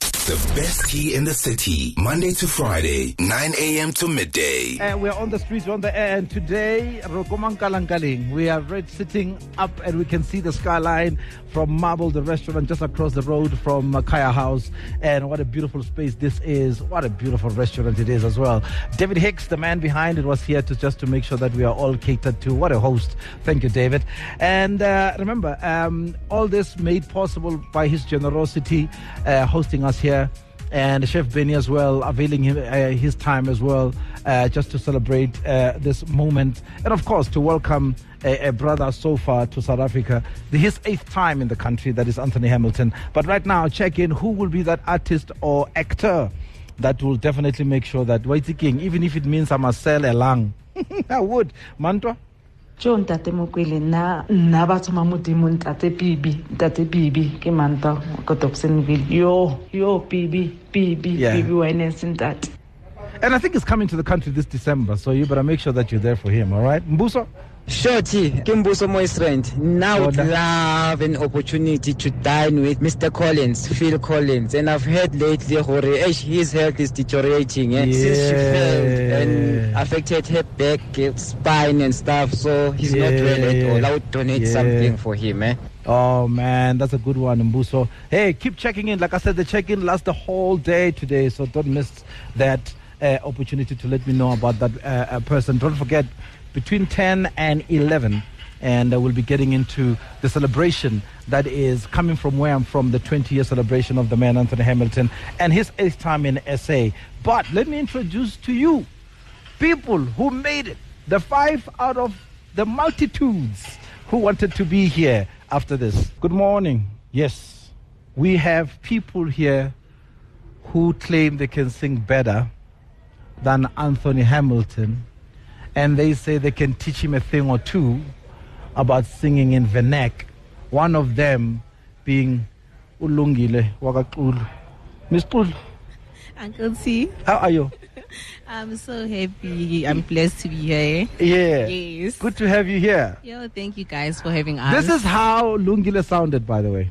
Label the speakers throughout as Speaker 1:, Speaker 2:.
Speaker 1: The best tea in the city, Monday to Friday, 9 a.m. to midday.
Speaker 2: Uh, we are on the streets, on the air, and today, Rokomankalankaling, we are right sitting up and we can see the skyline from Marble, the restaurant just across the road from uh, Kaya House. And what a beautiful space this is. What a beautiful restaurant it is as well. David Hicks, the man behind it, was here to just to make sure that we are all catered to. What a host. Thank you, David. And uh, remember, um, all this made possible by his generosity, uh, hosting us here and Chef Benny as well, availing him, uh, his time as well, uh, just to celebrate uh, this moment. And of course, to welcome a, a brother so far to South Africa, the, his eighth time in the country, that is Anthony Hamilton. But right now, check in who will be that artist or actor that will definitely make sure that Waiti King, even if it means I must sell a lung, I would. Mantwa?
Speaker 3: jo ntate mokwele nna nna ba tshwama modimo ntate pibi ntate pibi ke manta ko dobsonville yo yo pibi pibi
Speaker 2: Yeah.
Speaker 3: pibi winese ntate
Speaker 2: And I think he's coming to the country this December, so you better make sure that you're there for him, all right? Mbuso?
Speaker 4: Shorty, Kimbuso Moistrand, now would
Speaker 2: Yoda.
Speaker 4: love an opportunity to dine with Mr. Collins, Phil Collins. And I've heard lately, Hore, eh, his health is deteriorating. And since she
Speaker 2: Yeah.
Speaker 4: failed and affected her back, eh, spine and stuff, so he's not well at
Speaker 2: Yeah.
Speaker 4: all. I would donate
Speaker 2: Yeah.
Speaker 4: something for him, eh?
Speaker 2: Oh man, that's a good one, Mbuso. Hey, keep checking in. Like I said, the check-in lasts the whole day today, so don't miss that uh, opportunity to let me know about that uh, uh, person. Don't forget, between 10 and 11, and uh, we'll be getting into the celebration that is coming from where I'm from, the 20-year celebration of the man Anthony Hamilton and his eighth time in SA. But let me introduce to you people who made it, the five out of the multitudes who wanted to be here after this. Good morning. Yes, we have people here who claim they can sing better than Anthony Hamilton, and they say they can teach him a thing or two about singing in Venac. One of them being Ulungile Wakakulu. Miss Kulu,
Speaker 5: Uncle T,
Speaker 2: how are you?
Speaker 5: I'm so happy. I'm blessed to be here.
Speaker 2: Yeah.
Speaker 5: Yes.
Speaker 2: Good to have you here.
Speaker 5: Yo, thank you guys for having us.
Speaker 2: This is how Lungile sounded, by the way.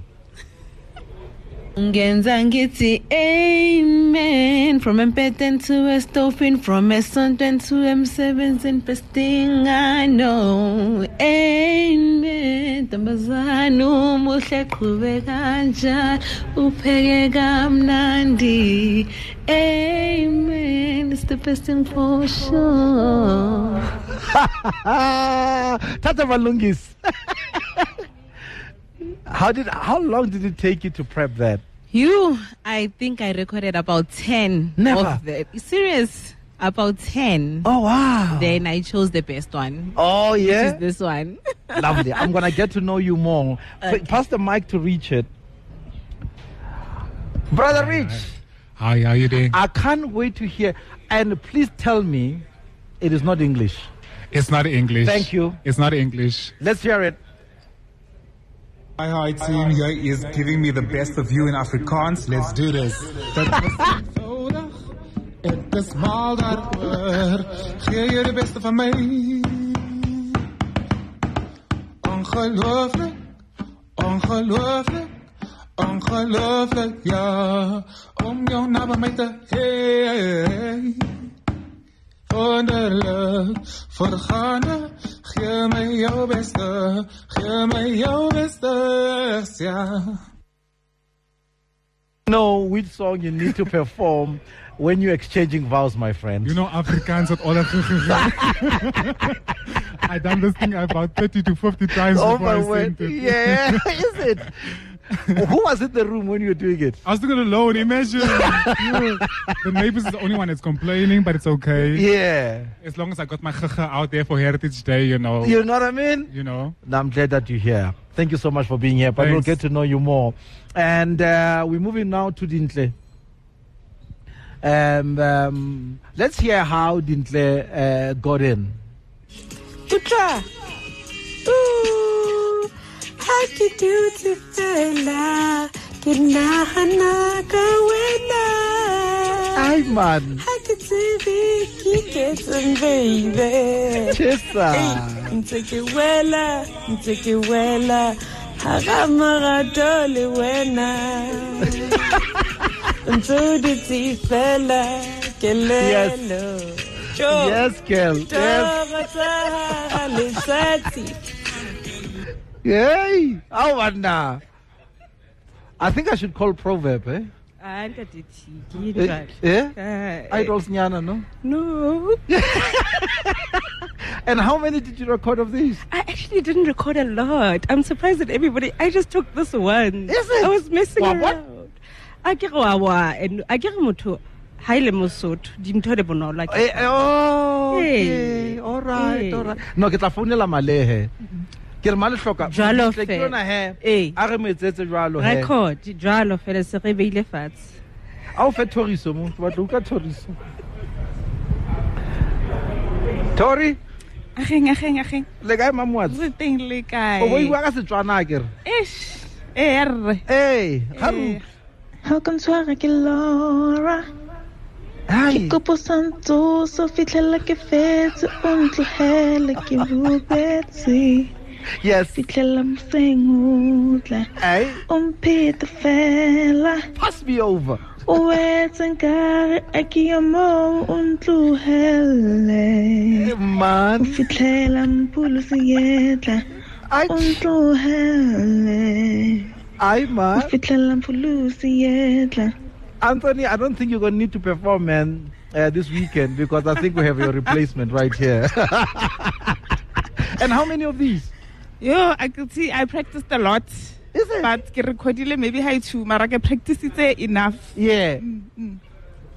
Speaker 5: Ngenza ngithi amen from empeten to Estofin from Esonten to Emsebenzini best thing I know amen ntombazana umuhle qhube kanjani upheke kamnandi amen it's the best thing for sure
Speaker 2: Tata Malungis. how did how long did it take you to prep that?
Speaker 5: You, I think I recorded about 10
Speaker 2: Never.
Speaker 5: of the serious about 10.
Speaker 2: Oh wow.
Speaker 5: Then I chose the best one.
Speaker 2: oh
Speaker 5: Which
Speaker 2: yeah.
Speaker 5: is this one.
Speaker 2: Lovely. I'm gonna get to know you more. P- Pass the mic to Richard. Brother Rich,
Speaker 6: Hi, how you doing?
Speaker 2: I can't wait to hear and please tell me it is not English.
Speaker 6: It's not English.
Speaker 2: Thank you.
Speaker 6: It's not English.
Speaker 2: Let's hear it.
Speaker 7: Hi, hi, team here is giving me the best of you in Afrikaans. Let's do this. Dit is eenvoudig. Ek is mal daaroor. Gee jy die beste van my. Ongelooflik. Ongelooflik. Ongelooflik, ja. Om jou naby my te hê. Wonderlijk, vergaande, geef mij jouw beste, geef mij jouw beste, ja.
Speaker 2: Know which song you need to perform when you're exchanging vows, my friend.
Speaker 6: You know, Africans at all. I done this thing about 30 to 50 times
Speaker 2: Oh
Speaker 6: before
Speaker 2: my
Speaker 6: I
Speaker 2: word.
Speaker 6: sent it.
Speaker 2: Yeah, is it? Who was in the room when you were doing it?
Speaker 6: I was still alone. Imagine You were- the neighbors is the only one that's complaining, but it's okay.
Speaker 2: Yeah.
Speaker 6: As long as I got my gaga out there for Heritage Day, you know.
Speaker 2: You know what I mean?
Speaker 6: You know.
Speaker 2: No, I'm glad that you're here. Thank you so much for being here, but we'll
Speaker 6: Thanks.
Speaker 2: get to know you more. And uh, we're moving now to Dintle. And um, let's hear how Dintle uh, got in.
Speaker 8: Putra. Ooh, ha ke dutse fela ke nagana ka wena
Speaker 2: Hi, man.
Speaker 8: ha ke tsebe ke iketseng baby Hey,
Speaker 2: Chesa.
Speaker 8: ntse ke wela ntse ke wela hara marato le wena Ntsuditsi fela kelelo. Jo,
Speaker 2: Yes, girl. Yes.
Speaker 8: taba tsa letsatsi.
Speaker 2: Yay. I wonder. Oh, I think I should call Proverb, eh?
Speaker 5: Ah, ntate Tiki,
Speaker 2: Eh,
Speaker 5: jwale.
Speaker 2: eh?
Speaker 5: Ah, eh,
Speaker 2: Idols Nyana, no?
Speaker 5: No,
Speaker 2: And how many did you record of these?
Speaker 5: I actually didn't record a lot. I'm surprised that everybody. I just took this one.
Speaker 2: Is it?
Speaker 5: I was messing
Speaker 2: Wa- what?
Speaker 5: around. A ke re wa wa and a ke re motho ha e le mosotho dintho di bonolo a
Speaker 2: Eh,
Speaker 5: ke-
Speaker 2: eh, oh, okay.
Speaker 5: Eh,
Speaker 2: All right,
Speaker 5: eh.
Speaker 2: all right. No, ke tla founela malehe. Ke re male hloka.
Speaker 5: Jwalo
Speaker 2: Ke
Speaker 5: fe.
Speaker 2: yona he.
Speaker 5: Eh.
Speaker 2: A re mo etsetse jwalo he.
Speaker 5: record jalo fela se re beile fatshe
Speaker 2: A o fe thoriso mo. Ke batla ho utlwa thoriso. Tori,
Speaker 9: ageng ageng ageng
Speaker 2: le kae mamuatsi?
Speaker 9: re teng le kae
Speaker 2: O boiwa ka Setswana a ke re.
Speaker 9: Eish, e ee, arre.
Speaker 2: Eh, ga re
Speaker 9: Eh.
Speaker 2: utlwe.
Speaker 9: How come tshware ke Laura?
Speaker 2: Hai.
Speaker 9: Kopo sa ntsosa fitlhela ke fetse, o ntlogele ke robetse.
Speaker 2: Yes.
Speaker 9: Fitlhela moseng o tla,
Speaker 2: Hey,
Speaker 9: o mphete fela.
Speaker 2: pass me over.
Speaker 9: O wetse nkare a ke yo moo, o ntlogele. O
Speaker 2: Man,
Speaker 9: fitlhela mphulosi yetla, o
Speaker 2: I,
Speaker 9: ntlogele.
Speaker 2: I
Speaker 9: O
Speaker 2: man.
Speaker 9: fitlhela mphulosi yetla.
Speaker 2: Anthony, I don't think you're gonna need to perform, man, uh, this weekend because I think we have your replacement right here. and how many of these?
Speaker 9: Yo, I could see I practiced a lot.
Speaker 2: Is it?
Speaker 9: But ke recordile maybe high two, mara ke practice it enough.
Speaker 2: yeah.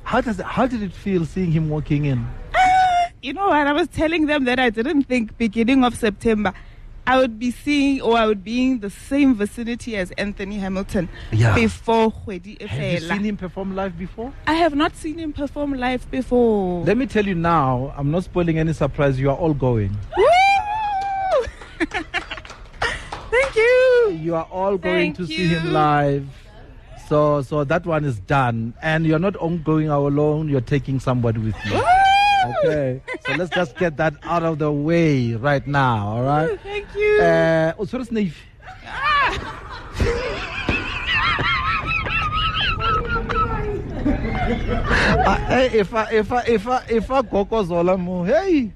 Speaker 2: How does how did it feel seeing him walking in?
Speaker 9: You know what? I was telling them that I didn't think beginning of September I would be seeing or I would be in the same vicinity as Anthony Hamilton
Speaker 2: Yeah.
Speaker 9: before Hwedi
Speaker 2: Have you seen
Speaker 9: Efela.
Speaker 2: him perform live before?
Speaker 9: I have not seen him perform live before.
Speaker 2: Let me tell you now. I'm not spoiling any surprise. You are all going.
Speaker 9: Woo! Thank you.
Speaker 2: You are all going
Speaker 9: Thank
Speaker 2: to see him
Speaker 9: you.
Speaker 2: live. So so that one is done, and you're not on going out alone. You're taking somebody with you. Okay, so let's just get that out of the way right now, all right?
Speaker 9: Thank you.
Speaker 2: Uh, o tshwere snaife? Ah, eh, efa efa efa efa gokozola mo hey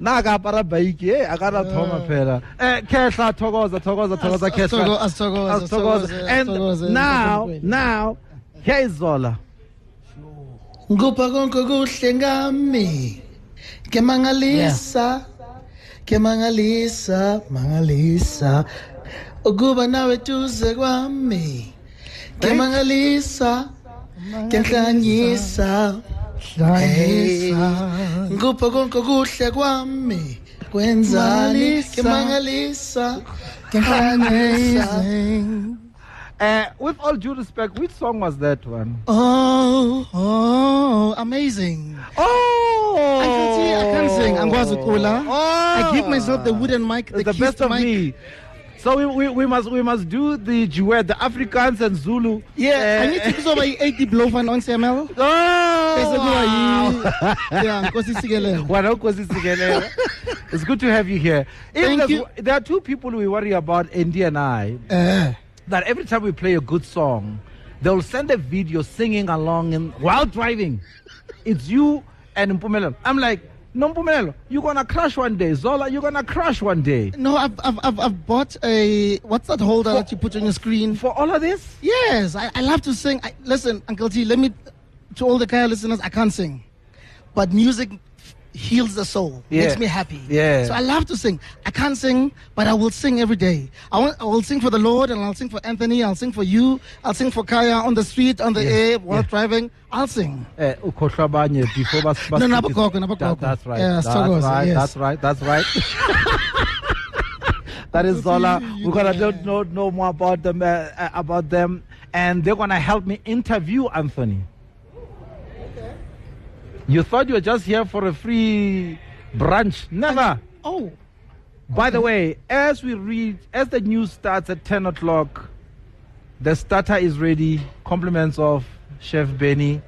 Speaker 2: na ka apara baiki e a ka ra thoma phela Eh, khehla thokoza thokoza thokoza khehla Asithokoze. and now now here is zola
Speaker 10: Ngupha konke kuhle ngami. Ke mangalisa. Ke mangalisa, mangalisa. Ukuba nawe tuze kwami. Ke mangalisa. Ke nhlanyisa. Nhlanyisa. Ngupha konke kuhle kwami. Kwenzani? Ke mangalisa. Ke nhlanyisa.
Speaker 2: uh, with all due respect which song was that one?
Speaker 10: Oh, oh, amazing.
Speaker 2: Oh!
Speaker 10: I can see, I can't sing. Angikwazi ukucula. I give myself the wooden mic, the,
Speaker 2: the,
Speaker 10: kissed
Speaker 2: best of
Speaker 10: mic.
Speaker 2: me. So we, we, we must we must do the duet, the Afrikaans and Zulu.
Speaker 10: Yeah,
Speaker 2: Eh,
Speaker 10: I need to use over 80 blow fan on CML. Bese kuba
Speaker 2: Oh! wow.
Speaker 10: yi- Yeah, Nkosi Sikelelo.
Speaker 2: Wena uNkosi Sikelel. it's good to have you here. If
Speaker 10: Thank
Speaker 2: there's-
Speaker 10: you.
Speaker 2: There are two people we worry about, Andy and I,
Speaker 10: Eh,
Speaker 2: that every time we play a good song, they'll send a video singing along and while driving. It's you and Mpumelelo. I'm like, no Mpumelelo, you're gonna crash one day. Zola, you're gonna crash one day.
Speaker 10: No, I've, I've, I've, I've bought a. What's that holder that you put on your screen?
Speaker 2: For all of this,
Speaker 10: Yes, I, I love to sing. I, listen, Uncle T, let me. To all the Kaya listeners, I can't sing. But music heals the soul,
Speaker 2: Yeah.
Speaker 10: makes me happy.
Speaker 2: Yeah.
Speaker 10: So I love to sing. I can't sing, but I will sing every day. I, want, I will sing for the Lord, and I'll sing for Anthony, I'll sing for you, I'll sing for Kaya on the street, on the air, while driving. I'll sing.
Speaker 2: Eh, ukhohlwa abanye before bas, bas
Speaker 10: No, nabagogo, nabagogo.
Speaker 2: That- that's right.
Speaker 10: Yeah,
Speaker 2: that's,
Speaker 10: sithokoze,
Speaker 2: right
Speaker 10: yes.
Speaker 2: that's right. That's right. that is Zola. We're gonna don't know, know more about them uh, uh, about them, and they're gonna help me interview Anthony. You thought you were just here for a free brunch? Never.
Speaker 10: Oh,
Speaker 2: By the way, as we read, as the news starts at 10 o'clock, the starter is ready. Compliments of Chef Benny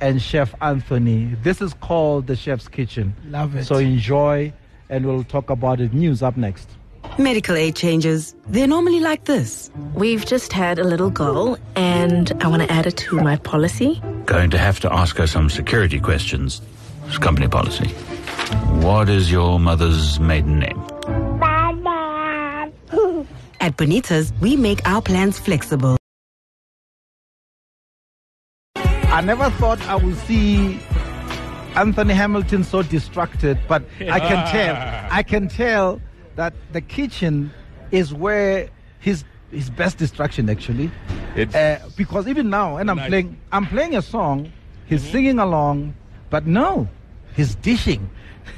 Speaker 2: and Chef Anthony. This is called the Chef's Kitchen.
Speaker 10: love it.
Speaker 2: So enjoy, and we'll talk about it. News up next.
Speaker 11: Medical aid changes, they're normally like this.
Speaker 12: We've just had a little girl, and I want to add it to my policy.
Speaker 13: Going to have to ask her some security questions. It's company policy. What is your mother's maiden name?
Speaker 11: At Bonitas, we make our plans flexible.
Speaker 2: I never thought I would see Anthony Hamilton so distracted, but I can tell. I can tell that the kitchen is where his his best distraction actually. Uh, because even now, and I'm
Speaker 14: Nice. Mm-hmm.
Speaker 2: playing, I'm playing a song. He's singing along, but no, he's dishing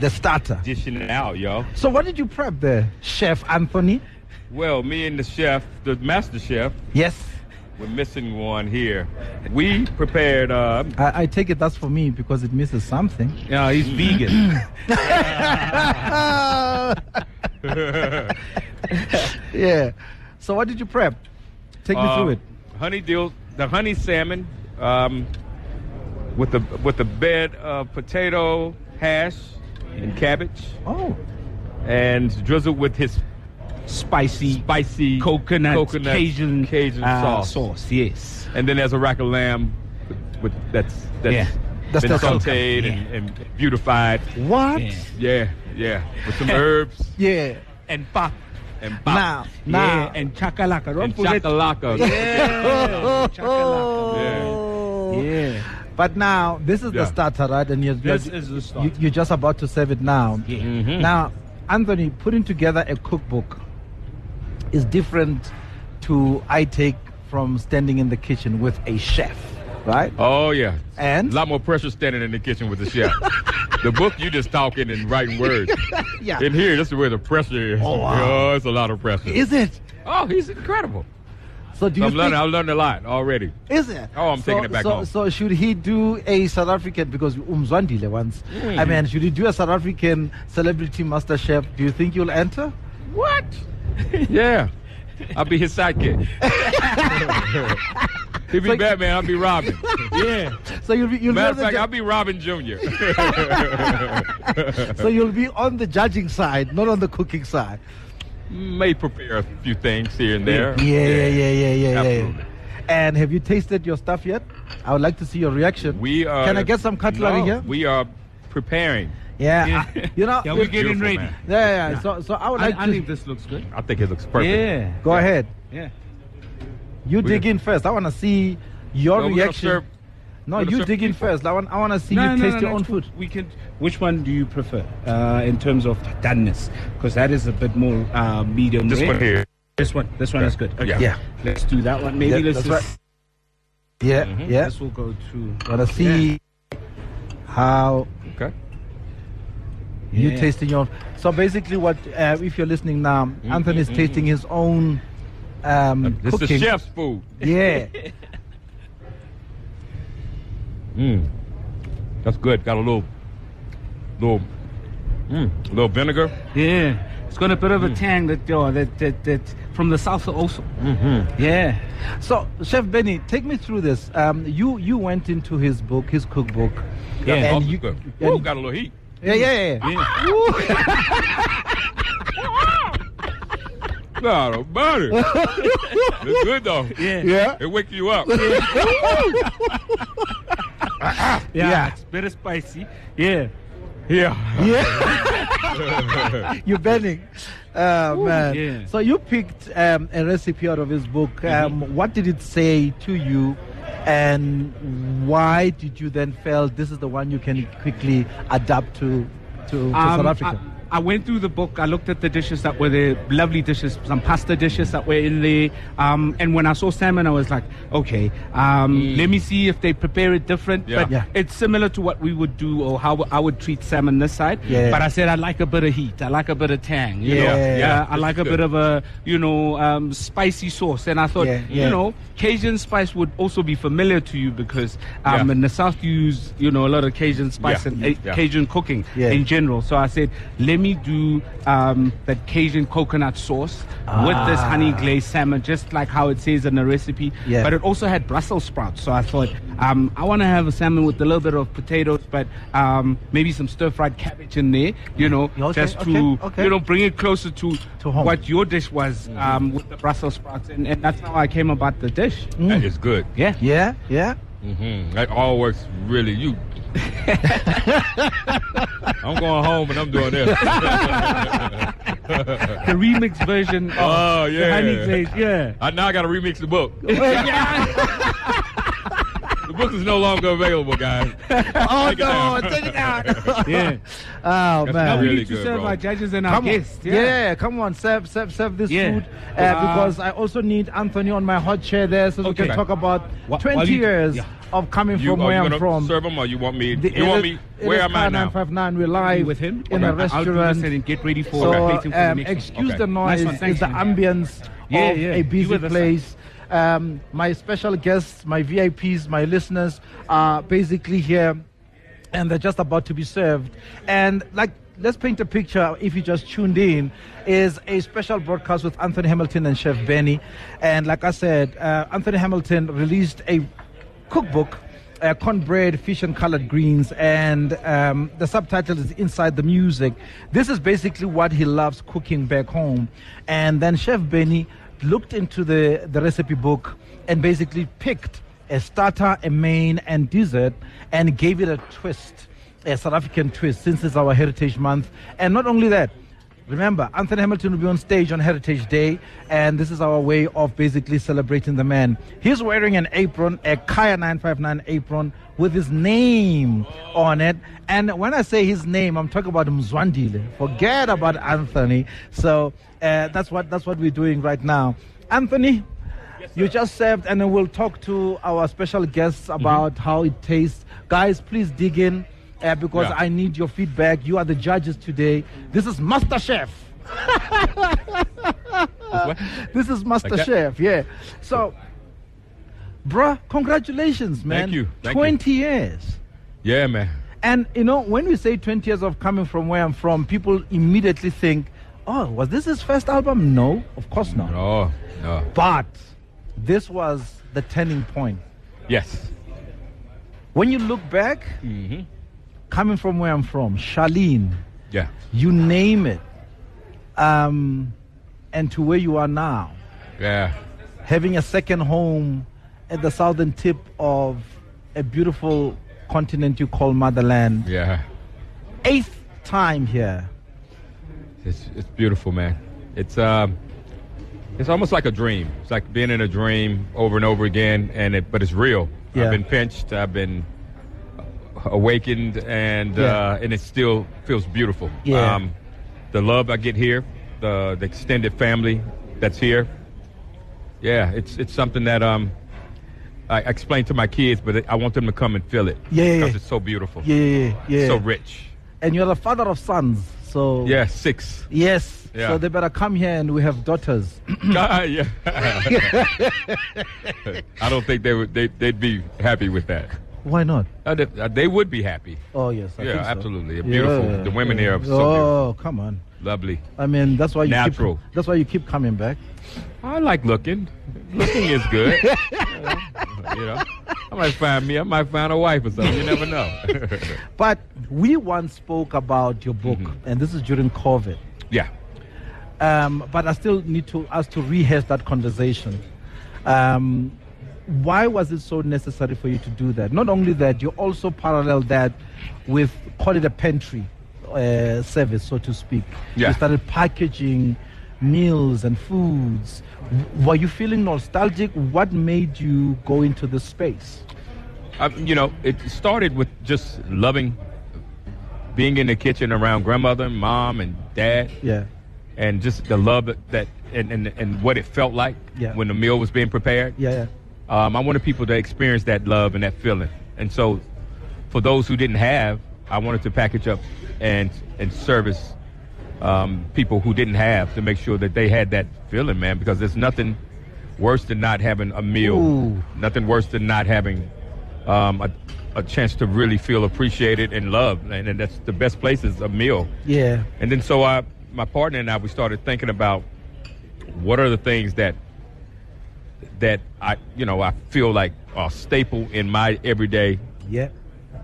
Speaker 2: the starter.
Speaker 14: Dishing it out, yo.
Speaker 2: So what did you prep there, Chef Anthony?
Speaker 14: Well, me and the chef, the master chef,
Speaker 2: Yes.
Speaker 14: we're missing one here. We prepared. Uh,
Speaker 2: I, I take it that's for me because it misses something.
Speaker 14: no, he's vegan.
Speaker 2: yeah. So what did you prep? Take me
Speaker 14: Uh,
Speaker 2: through it.
Speaker 14: Honey dill, the honey salmon, um, with the with the bed of potato hash and cabbage.
Speaker 2: Oh.
Speaker 14: And drizzled with his
Speaker 15: spicy,
Speaker 14: spicy
Speaker 15: coconut,
Speaker 14: coconut
Speaker 15: Cajun,
Speaker 14: Cajun
Speaker 15: uh,
Speaker 14: sauce.
Speaker 15: sauce, Yes.
Speaker 14: And then there's a rack of lamb with, with that's that's
Speaker 15: Yeah. That's
Speaker 14: been
Speaker 15: the coconut,
Speaker 14: sauteed and, and beautified.
Speaker 2: What?
Speaker 14: Yeah, yeah, with some herbs
Speaker 2: Yeah.
Speaker 15: And pop.
Speaker 14: and bop.
Speaker 15: Now,
Speaker 14: Yeah,
Speaker 15: yeah, and chakalaka. Don't
Speaker 14: And
Speaker 15: forget-
Speaker 14: chakalaka.
Speaker 15: Yeah,
Speaker 2: Oh.
Speaker 15: Yeah.
Speaker 2: But now this is the
Speaker 15: Yeah.
Speaker 2: starter, right? And you're,
Speaker 15: This
Speaker 2: you're-
Speaker 15: is the
Speaker 2: you-
Speaker 15: starter.
Speaker 2: You're just about to serve it now.
Speaker 15: Mhm.
Speaker 2: Now, Anthony, putting together a cookbook is different to I take from standing in the kitchen with a chef, right?
Speaker 14: Oh yeah,
Speaker 2: and
Speaker 14: a lot more pressure standing in the kitchen with the chef. the book you just talking and writing words.
Speaker 2: Yeah.
Speaker 14: In here, this is where the pressure is.
Speaker 2: Oh, wow.
Speaker 14: Yeah, it's a lot of pressure.
Speaker 2: Is it?
Speaker 14: Oh, he's incredible.
Speaker 2: So do you
Speaker 14: I'm learning.
Speaker 2: think-
Speaker 14: I've learned a lot already.
Speaker 2: Is it?
Speaker 14: Oh, I'm
Speaker 2: so,
Speaker 14: taking it back
Speaker 2: so,
Speaker 14: home.
Speaker 2: So should he do a South African because Umzwandile once?
Speaker 14: Mm.
Speaker 2: I mean, should he do a South African celebrity master chef? Do you think you'll enter?
Speaker 14: What? yeah. I'll be his sidekick. He'll be Batman. I'll be Robin. yeah.
Speaker 2: So you'll be you'll
Speaker 14: Matter of
Speaker 2: be on
Speaker 14: fact,
Speaker 2: the
Speaker 14: I'll be Robin Jr.
Speaker 2: ju- so you'll be on the judging side, not on the cooking side.
Speaker 14: May prepare a few things here and there.
Speaker 2: Yeah, yeah, yeah, yeah, yeah, yeah.
Speaker 14: Absolutely.
Speaker 2: And have you tasted your stuff yet? I would like to see your reaction.
Speaker 14: We are.
Speaker 2: Can I get some cutlery
Speaker 14: No,
Speaker 2: here?
Speaker 14: We are preparing.
Speaker 2: Yeah, I- you know.
Speaker 14: Yeah, we're getting Beautiful, ready. man.
Speaker 2: Yeah, yeah, yeah. So, so I would
Speaker 14: I-
Speaker 2: like
Speaker 14: I
Speaker 2: to.
Speaker 14: think
Speaker 15: this looks good.
Speaker 14: I think it looks perfect.
Speaker 2: Yeah. Go ahead.
Speaker 15: Yeah.
Speaker 2: You
Speaker 14: We're
Speaker 2: dig in first. I want to see your
Speaker 15: No, we're gonna
Speaker 2: reaction.
Speaker 15: serve-
Speaker 2: no,
Speaker 15: we're gonna
Speaker 2: you
Speaker 15: serve
Speaker 2: dig in
Speaker 15: people.
Speaker 2: first. I want. I want to see
Speaker 15: No,
Speaker 2: you
Speaker 15: no,
Speaker 2: taste
Speaker 15: no,
Speaker 2: your
Speaker 15: no,
Speaker 2: own
Speaker 15: it's cool.
Speaker 2: food.
Speaker 15: We can. Which one do you prefer uh, in terms of doneness? Because that is a bit more uh, medium.
Speaker 14: This
Speaker 15: rare.
Speaker 14: one here.
Speaker 15: This one. This one is good. Okay.
Speaker 14: Yeah. Yeah.
Speaker 15: Let's do that one. Maybe
Speaker 2: Yeah,
Speaker 15: let's
Speaker 2: that's
Speaker 15: just.
Speaker 2: Yeah, yeah.
Speaker 15: This will go to.
Speaker 2: I want to see how.
Speaker 14: Okay.
Speaker 2: You
Speaker 15: Yeah.
Speaker 2: tasting your. So basically, what uh, if you're listening now?
Speaker 15: Mm-hmm,
Speaker 2: Anthony is tasting his own
Speaker 15: Uh,
Speaker 2: um,
Speaker 14: This
Speaker 2: cooking.
Speaker 14: is chef's food.
Speaker 2: Yeah.
Speaker 14: Mm. That's good. Got a little, little, mm, little vinegar. Mm.
Speaker 15: Yeah. It's got a bit of a tang that, oh, that, that, that from the salsa also. Yeah.
Speaker 2: So, Chef Benny, take me through this. Um, you you went into his book, his cookbook.
Speaker 14: Yeah.
Speaker 2: and
Speaker 14: Oh,
Speaker 2: you,
Speaker 14: good.
Speaker 2: and-
Speaker 14: Ooh, got a little heat.
Speaker 2: yeah, yeah, yeah. Ooh.
Speaker 14: Not about it. it's good though.
Speaker 15: Yeah.
Speaker 14: Yeah. It wakes you
Speaker 2: Ah,
Speaker 14: up.
Speaker 15: Yeah.
Speaker 2: ah. Yeah.
Speaker 15: It's better spicy. Yeah.
Speaker 14: yeah.
Speaker 2: Yeah. You're burning. Uh, man.
Speaker 15: yeah. Mm-hmm.
Speaker 2: So you picked um, a recipe out of his book. Um, What did it say to you, and why did you then feel this is the one you can quickly adapt to to, to South
Speaker 15: Um,
Speaker 2: Africa?
Speaker 15: I, I went through the book. I looked at the dishes that were there, lovely dishes, some pasta dishes that were in there. Um, and when I saw salmon, I was like, okay, um, let me see if they prepare it different.
Speaker 14: Mm. Yeah.
Speaker 15: But
Speaker 14: Yeah.
Speaker 15: it's similar to what we would do or how I would treat salmon this side.
Speaker 2: Yeah.
Speaker 15: But I said I like a bit of heat. I like a bit of tang. You
Speaker 2: Yeah.
Speaker 15: Know?
Speaker 2: Yeah.
Speaker 15: Uh, I
Speaker 14: This
Speaker 15: like
Speaker 14: is
Speaker 15: a bit
Speaker 14: good.
Speaker 15: of a you know um, spicy sauce. And I thought,
Speaker 2: Yeah. Yeah.
Speaker 15: you know, Cajun spice would also be familiar to you because um,
Speaker 14: Yeah.
Speaker 15: in the south you use you know a lot of Cajun spice
Speaker 14: Yeah.
Speaker 15: and uh,
Speaker 14: Yeah.
Speaker 15: Cajun cooking
Speaker 2: Yeah.
Speaker 15: in general. So I said, let me do um, that Cajun coconut sauce with this
Speaker 2: Ah.
Speaker 15: honey glazed salmon, just like how it says in the recipe.
Speaker 2: Yeah.
Speaker 15: But it also had Brussels sprouts, so I thought um, I want to have a salmon with a little bit of potatoes, but um, maybe some stir fried cabbage in there. You know, just to
Speaker 2: okay, okay. Mm-hmm.
Speaker 15: you know bring it closer to, what your dish was um, with the Brussels sprouts, and, and that's how I came about the dish.
Speaker 14: That is good.
Speaker 15: Yeah.
Speaker 2: Mm. Yeah. Yeah.
Speaker 14: Mm-hmm. That all works really. You. I'm going home and I'm doing this.
Speaker 15: the remix version. Of
Speaker 14: Oh
Speaker 15: the
Speaker 14: yeah.
Speaker 15: honey glaze, yeah.
Speaker 14: I now got to remix the book. the book is no longer available, guys.
Speaker 15: Oh,
Speaker 14: Take it
Speaker 15: no,
Speaker 14: down.
Speaker 15: take it down. Yeah.
Speaker 2: Oh
Speaker 14: That's
Speaker 2: man.
Speaker 14: really
Speaker 15: We need to
Speaker 14: good,
Speaker 15: serve
Speaker 14: bro.
Speaker 15: our judges and our
Speaker 2: Come on.
Speaker 15: guests.
Speaker 2: Yeah. come on, serve, serve, serve this
Speaker 15: Yeah.
Speaker 2: food uh,
Speaker 15: Uh,
Speaker 2: because I also need Anthony on my hot chair there, so we
Speaker 14: Okay.
Speaker 2: can talk about
Speaker 14: Wha- while
Speaker 2: 20
Speaker 14: you-
Speaker 2: years
Speaker 14: yeah.
Speaker 2: of coming
Speaker 14: You,
Speaker 2: from
Speaker 14: are
Speaker 2: where
Speaker 14: you
Speaker 2: I'm
Speaker 14: gonna
Speaker 2: from.
Speaker 14: serve them or you want me?
Speaker 2: The-
Speaker 14: you
Speaker 2: it
Speaker 14: want
Speaker 2: is-
Speaker 14: me?
Speaker 2: it
Speaker 14: Where
Speaker 2: is
Speaker 14: am I
Speaker 2: Car
Speaker 14: now?
Speaker 2: 959. We're live
Speaker 15: with him
Speaker 2: in a
Speaker 15: Okay. I'll do this
Speaker 2: restaurant.
Speaker 15: and get ready for-
Speaker 2: so,
Speaker 15: Okay. Waiting for the
Speaker 2: um,
Speaker 15: next one.
Speaker 2: excuse
Speaker 15: Okay.
Speaker 2: the
Speaker 15: Nice
Speaker 2: noise.
Speaker 15: one.
Speaker 2: it's
Speaker 15: Thanks,
Speaker 2: the
Speaker 15: man.
Speaker 2: ambience
Speaker 15: Yeah,
Speaker 2: of
Speaker 15: yeah.
Speaker 2: a
Speaker 15: You
Speaker 2: busy
Speaker 15: were the
Speaker 2: place. Um, my special guests, my VIPs, my listeners are basically here, and they're just about to be served. And like. Let's paint a picture. If you just tuned in, is a special broadcast with Anthony Hamilton and Chef Benny, and like I said, uh, Anthony Hamilton released a cookbook uh, cornbread, fish and collard greens, and um, the subtitle is Inside the Music. This is basically what he loves cooking back home. And then Chef Benny looked into the, the recipe book and basically picked a starter, a main, and dessert and gave it a twist, a South African twist, since it's our Heritage Month. And not only that, Remember, Anthony Hamilton will be on stage on Heritage Day, and this is our way of basically celebrating the man. He's wearing an apron, a Kaya 959 apron, with his name on it. And when I say his name, I'm talking about Mzwandile. Forget about Anthony. So uh, that's what that's what we're doing right now. Anthony, you just served, and we'll talk to our special guests
Speaker 14: Mm-hmm.
Speaker 2: about how it tastes. Guys, please dig in uh, because
Speaker 14: Yeah.
Speaker 2: I need your feedback. You are the judges today. This is Master Chef. this is Master
Speaker 14: Like that?
Speaker 2: Chef, yeah. So, bruh, congratulations, man.
Speaker 14: you, thank you.
Speaker 2: 20 years.
Speaker 14: Yeah, man.
Speaker 2: And you know, when we say 20 years of coming from where I'm from, people immediately think, oh, was this his first album? No, of course not.
Speaker 14: No, no.
Speaker 2: But this was the turning point.
Speaker 14: Yes.
Speaker 2: When you look back,
Speaker 14: Mm-hmm.
Speaker 2: coming from where I'm from, Charlene,
Speaker 14: Yeah.
Speaker 2: you name it, um, and to where you are now,
Speaker 14: Yeah.
Speaker 2: having a second home at the southern tip of a beautiful continent you call motherland.
Speaker 14: Yeah.
Speaker 2: Eighth time here.
Speaker 14: It's it's beautiful, man. It's um, it's almost like a dream. It's like being in a dream over and over again, and it but it's real.
Speaker 2: Yeah.
Speaker 14: I've been pinched. I've been awakened, and uh, and it still feels beautiful. Um,
Speaker 2: Yeah.
Speaker 14: the love I get here, the the extended family that's here. Yeah, it's it's something that um. I explain to my kids, but I want them to come and feel it.
Speaker 2: Yeah, yeah, yeah.
Speaker 14: Because it's so beautiful.
Speaker 2: Yeah, yeah, yeah.
Speaker 14: So rich.
Speaker 2: And you're the father of sons, so
Speaker 14: Yeah, six.
Speaker 2: Yes.
Speaker 14: Yeah.
Speaker 2: So they better come here and we have daughters.
Speaker 14: Ah, yeah. I don't think they would. They, they'd be happy with that.
Speaker 2: Why not?
Speaker 14: Uh, they, uh, they would be happy.
Speaker 2: Oh yes. I
Speaker 14: yeah,
Speaker 2: think so.
Speaker 14: absolutely. They're
Speaker 2: Yeah,
Speaker 14: Beautiful. the women
Speaker 2: yeah.
Speaker 14: here are so
Speaker 2: oh, come on.
Speaker 14: beautiful. lovely.
Speaker 2: I mean, that's why you
Speaker 14: Natural.
Speaker 2: keep that's why you keep coming back.
Speaker 14: I like looking. Looking is good. you know, I might find me. I might find a wife or something. You never know.
Speaker 2: But we once spoke about your book,
Speaker 14: Mm-hmm.
Speaker 2: and this is during COVID.
Speaker 14: yeah.
Speaker 2: Um, but I still need to us to rehash that conversation. Um, why was it so necessary for you to do that? Not only that, you also parallel that with call it a pantry uh, service, so to speak.
Speaker 14: Yeah.
Speaker 2: You started packaging meals and foods. W- Were you feeling nostalgic? What made you go into this space?
Speaker 14: I, you know, it started with just loving being in the kitchen around grandmother, and mom, and dad.
Speaker 2: Yeah.
Speaker 14: And just the love that, that and, and, and what it felt like
Speaker 2: Yeah.
Speaker 14: when the meal was being prepared.
Speaker 2: Yeah, yeah.
Speaker 14: Um, I wanted people to experience that love and that feeling. And so, for those who didn't have, I wanted to package up and and service um, people who didn't have to make sure that they had that feeling, man. Because there's nothing worse than not having a meal.
Speaker 2: Ooh.
Speaker 14: Nothing worse than not having um, a, a chance to really feel appreciated and loved, and, and that's the best place is a meal.
Speaker 2: Yeah.
Speaker 14: And then so I, my partner and I, we started thinking about what are the things that that I, you know, I feel like are staple in my everyday
Speaker 2: Yeah.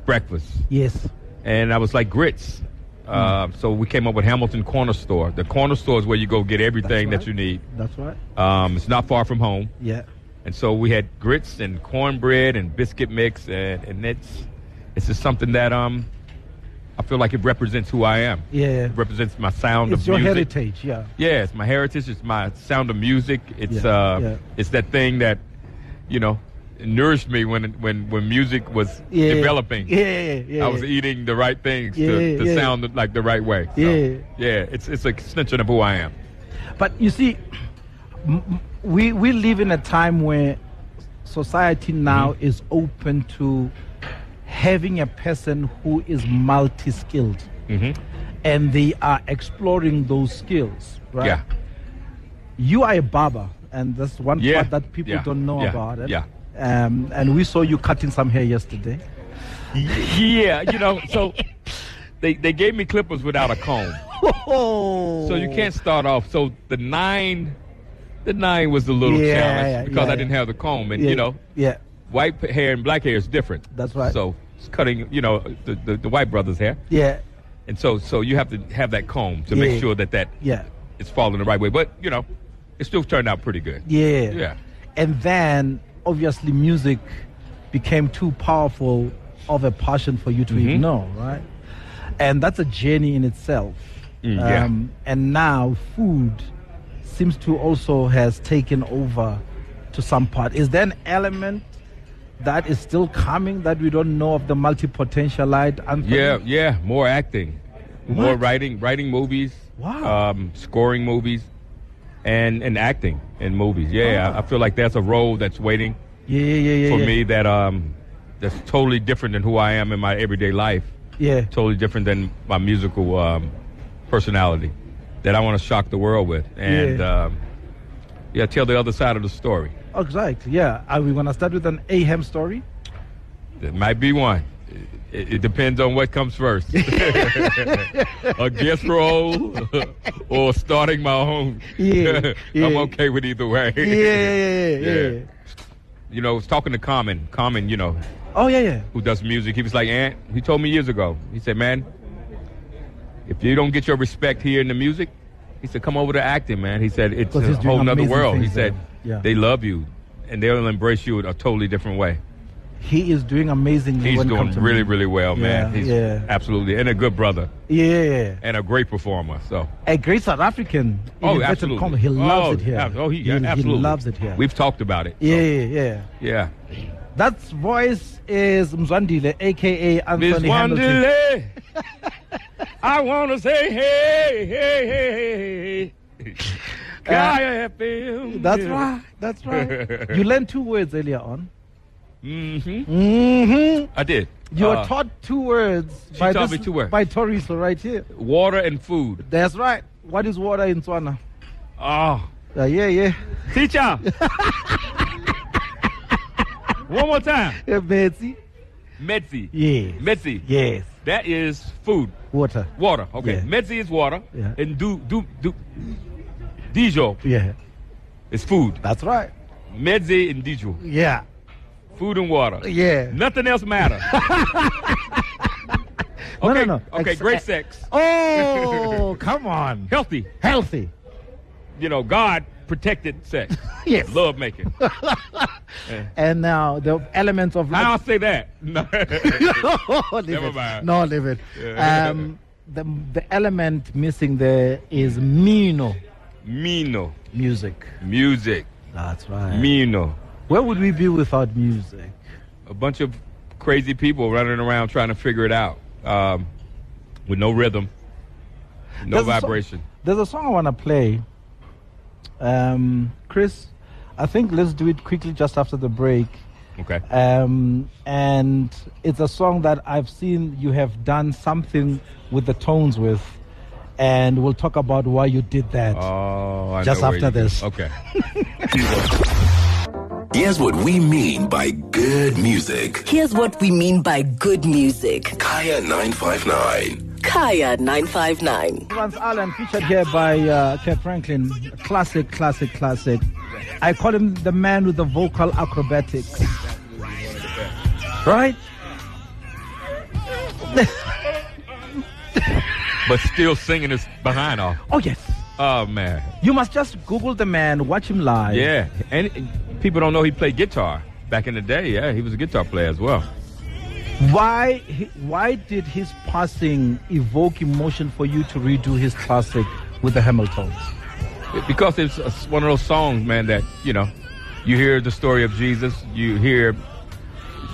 Speaker 14: breakfast.
Speaker 2: Yes. Hmm.
Speaker 14: And I was like grits. Uh, so we came up with Hamilton Corner Store. The corner store is where you go get everything that you need.
Speaker 2: That's right.
Speaker 14: Um, it's not far from home.
Speaker 2: Yeah.
Speaker 14: And so we had grits and cornbread and biscuit mix, and, and it's it's just something that um I feel like it represents who I am.
Speaker 2: Yeah.
Speaker 14: It represents my sound
Speaker 2: It's
Speaker 14: of
Speaker 2: your
Speaker 14: music.
Speaker 2: heritage. Yeah.
Speaker 14: Yeah, it's my heritage. It's my sound of music. It's
Speaker 2: Yeah,
Speaker 14: uh,
Speaker 2: yeah.
Speaker 14: it's that thing that you know nourished me when when when music was
Speaker 2: Yeah,
Speaker 14: developing.
Speaker 2: yeah, yeah, yeah,
Speaker 14: I was
Speaker 2: yeah.
Speaker 14: eating the right things
Speaker 2: Yeah,
Speaker 14: to, to
Speaker 2: yeah.
Speaker 14: sound like the right way. So,
Speaker 2: Yeah.
Speaker 14: yeah. It's it's an extension of who I am.
Speaker 2: But you see, m- m- we we live in a time where society now
Speaker 14: Mm-hmm.
Speaker 2: is open to having a person who is multi-skilled,
Speaker 14: Mm-hmm.
Speaker 2: and they are exploring those skills. Right?
Speaker 14: Yeah.
Speaker 2: You are a barber, and that's one
Speaker 14: Yeah.
Speaker 2: part that people
Speaker 14: Yeah.
Speaker 2: don't know
Speaker 14: Yeah.
Speaker 2: about it.
Speaker 14: Yeah.
Speaker 2: Um, and we saw you cutting some hair yesterday.
Speaker 14: Yeah, you know, so they they gave me clippers without a comb. So you can't start off. So the nine, the nine was the little
Speaker 2: Yeah,
Speaker 14: challenge
Speaker 2: yeah,
Speaker 14: because
Speaker 2: yeah,
Speaker 14: I didn't have the comb, and
Speaker 2: Yeah,
Speaker 14: you know,
Speaker 2: yeah.
Speaker 14: white p- hair and black hair is different.
Speaker 2: That's right.
Speaker 14: So it's cutting, you know, the, the, the white brother's hair,
Speaker 2: Yeah.
Speaker 14: and so so you have to have that comb to
Speaker 2: Yeah.
Speaker 14: make sure that that
Speaker 2: Yeah.
Speaker 14: is falling the right way. But you know, it still turned out pretty good.
Speaker 2: Yeah.
Speaker 14: Yeah.
Speaker 2: And then obviously music became too powerful of a passion for you to
Speaker 14: Mhm.
Speaker 2: ignore, right? And that's a journey in itself. Um,
Speaker 14: Mm, yeah.
Speaker 2: and now food seems to also has taken over to some part. Is there an element that is still coming that we don't know of the multi potentialite?
Speaker 14: Yeah, yeah, more acting, more
Speaker 2: What?
Speaker 14: writing, writing movies,
Speaker 2: Wow.
Speaker 14: um, scoring movies, and and acting in movies. Yeah, I, I feel like that's a role that's waiting
Speaker 2: Oh. Yeah, yeah, yeah, yeah.
Speaker 14: for
Speaker 2: yeah.
Speaker 14: me that um that's totally different than who I am in my everyday life.
Speaker 2: Yeah.
Speaker 14: totally different than my musical um, personality that I want to shock the world with, and
Speaker 2: Yeah.
Speaker 14: um, yeah, tell the other side of the story.
Speaker 2: Oh, Exactly. Yeah. Are we gonna start with an Ahem story?
Speaker 14: There might be one. It, it depends on what comes first. a guest role or starting my own.
Speaker 2: Yeah,
Speaker 14: I'm
Speaker 2: yeah.
Speaker 14: okay with either way.
Speaker 2: Yeah, yeah, yeah, yeah, yeah.
Speaker 14: You know, I was talking to Common. Common, you know,
Speaker 2: Oh yeah, yeah.
Speaker 14: who does music. He was like, Aunt, he told me years ago. He said, man, if you don't get your respect here in the music, he said, come over to acting, man. He said, it's
Speaker 2: 'Cause
Speaker 14: a
Speaker 2: he's doing
Speaker 14: whole nother
Speaker 2: amazing
Speaker 14: world. He
Speaker 2: things there.
Speaker 14: said,
Speaker 2: Yeah.
Speaker 14: they love you and they'll embrace you in a totally different way.
Speaker 2: He is doing amazingly.
Speaker 14: He's
Speaker 2: when it
Speaker 14: doing
Speaker 2: comes to
Speaker 14: really,
Speaker 2: music.
Speaker 14: really well, man.
Speaker 2: Yeah,
Speaker 14: He's
Speaker 2: yeah.
Speaker 14: absolutely and a good brother
Speaker 2: Yeah.
Speaker 14: and a great performer. So
Speaker 2: A great South African.
Speaker 14: Oh,
Speaker 2: Even better
Speaker 14: absolutely.
Speaker 2: Common, He loves
Speaker 14: Oh,
Speaker 2: it here.
Speaker 14: ab- oh, he-
Speaker 2: He
Speaker 14: absolutely.
Speaker 2: loves it here.
Speaker 14: we've talked about it.
Speaker 2: yeah, yeah, yeah.
Speaker 14: Yeah,
Speaker 2: That voice is Mzwandile, aka
Speaker 14: Miss
Speaker 2: Anthony Hamilton.
Speaker 14: Wanderley, I want to say hey, hey, hey, hey.
Speaker 2: Uh,
Speaker 14: Guy FM.
Speaker 2: That's right. That's right. you learned two words earlier on.
Speaker 14: Mm-hmm.
Speaker 2: Mm-hmm.
Speaker 14: I did.
Speaker 2: You were
Speaker 14: Uh,
Speaker 2: taught two words.
Speaker 14: She
Speaker 2: by
Speaker 14: taught
Speaker 2: this-
Speaker 14: me two words.
Speaker 2: By Toriso right here.
Speaker 14: water and food.
Speaker 2: That's right. What is water in Swana?
Speaker 14: Oh,
Speaker 2: Uh, yeah, yeah.
Speaker 14: teacher. One more time.
Speaker 2: Yeah, Betsy.
Speaker 14: Metzi.
Speaker 2: Yes.
Speaker 14: Metzi.
Speaker 2: Yes.
Speaker 14: That is food.
Speaker 2: Water.
Speaker 14: Water. Okay.
Speaker 2: Yeah.
Speaker 14: Mezzi is water.
Speaker 2: Yeah.
Speaker 14: And do do do Dijo
Speaker 2: Yeah.
Speaker 14: is food.
Speaker 2: That's right.
Speaker 14: Mezzi and Dijo.
Speaker 2: Yeah.
Speaker 14: Food and water.
Speaker 2: Yeah.
Speaker 14: Nothing else matters.
Speaker 2: No,
Speaker 14: okay.
Speaker 2: no, no.
Speaker 14: Okay,
Speaker 2: Ex- eh,
Speaker 14: great sex.
Speaker 2: Oh, come on.
Speaker 14: Healthy.
Speaker 2: Healthy.
Speaker 14: You know, God protected sex.
Speaker 2: Yes.
Speaker 14: Love making.
Speaker 2: And now the elements of
Speaker 14: I don't say that. No.
Speaker 2: no, leave
Speaker 14: Never
Speaker 2: it.
Speaker 14: mind.
Speaker 2: No, leave it.
Speaker 14: Yeah.
Speaker 2: Um, the, the element missing there is Mino
Speaker 14: Mino.
Speaker 2: music.
Speaker 14: Music.
Speaker 2: That's right.
Speaker 14: Mino.
Speaker 2: Where would we be without music?
Speaker 14: a bunch of crazy people running around trying to figure it out um, with no rhythm, no
Speaker 2: There's a so-
Speaker 14: vibration.
Speaker 2: there's a song I want to play. Um, Chris, I think let's do it quickly just after the break.
Speaker 14: okay.
Speaker 2: Um, and it's a song that I've seen you have done something with the tones with. And we'll talk about why you did that.
Speaker 14: Oh, I
Speaker 2: Just
Speaker 14: know where
Speaker 2: after
Speaker 14: you-
Speaker 2: this.
Speaker 14: Okay.
Speaker 1: Here's what we mean by good music.
Speaker 16: Here's what we mean by good music.
Speaker 1: Kaya 959.
Speaker 16: Kaya 959.
Speaker 2: Evans Allen featured here by uh, Kirk Franklin. Classic, classic, classic. I call him the man with the vocal acrobatics. Right?
Speaker 14: but still singing is behind all.
Speaker 2: Oh, yes.
Speaker 14: Oh man,
Speaker 2: You must just Google the man, watch him live.
Speaker 14: yeah. And and people don't know he played guitar back in the day. Yeah, he was a guitar player as well.
Speaker 2: Why, why did his passing evoke emotion for you to redo his classic with the Hamiltons?
Speaker 14: It- because it's a- one of those songs, man, that you know, you hear the story of Jesus, you hear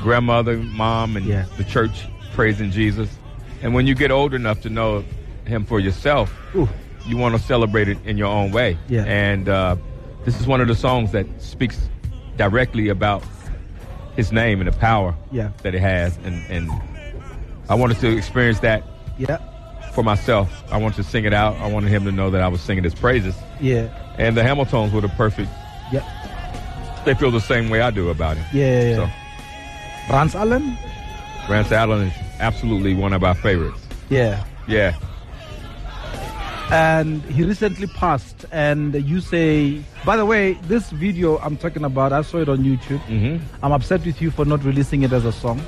Speaker 14: grandmother, mom, and the church praising Jesus, and when you get old enough to know Him for yourself, you want to celebrate it in your own way.
Speaker 2: Yeah.
Speaker 14: And uh, this is one of the songs that speaks directly about His name and the power
Speaker 2: Yeah.
Speaker 14: that it has, and and I wanted to experience that
Speaker 2: Yeah,
Speaker 14: for myself. I wanted to sing it out. I wanted Him to know that I was singing His praises.
Speaker 2: yeah,
Speaker 14: And the Hamiltons were the perfect.
Speaker 2: Yep.
Speaker 14: They feel the same way I do about him.
Speaker 2: yeah, yeah. Vance Allen?
Speaker 14: Rance Allen is absolutely one of our favorites.
Speaker 2: Yeah.
Speaker 14: Yeah.
Speaker 2: and he recently passed and you say by the way this video i'm talking about i saw it on youtube
Speaker 14: mm-hmm.
Speaker 2: i'm upset with you for not releasing it as a song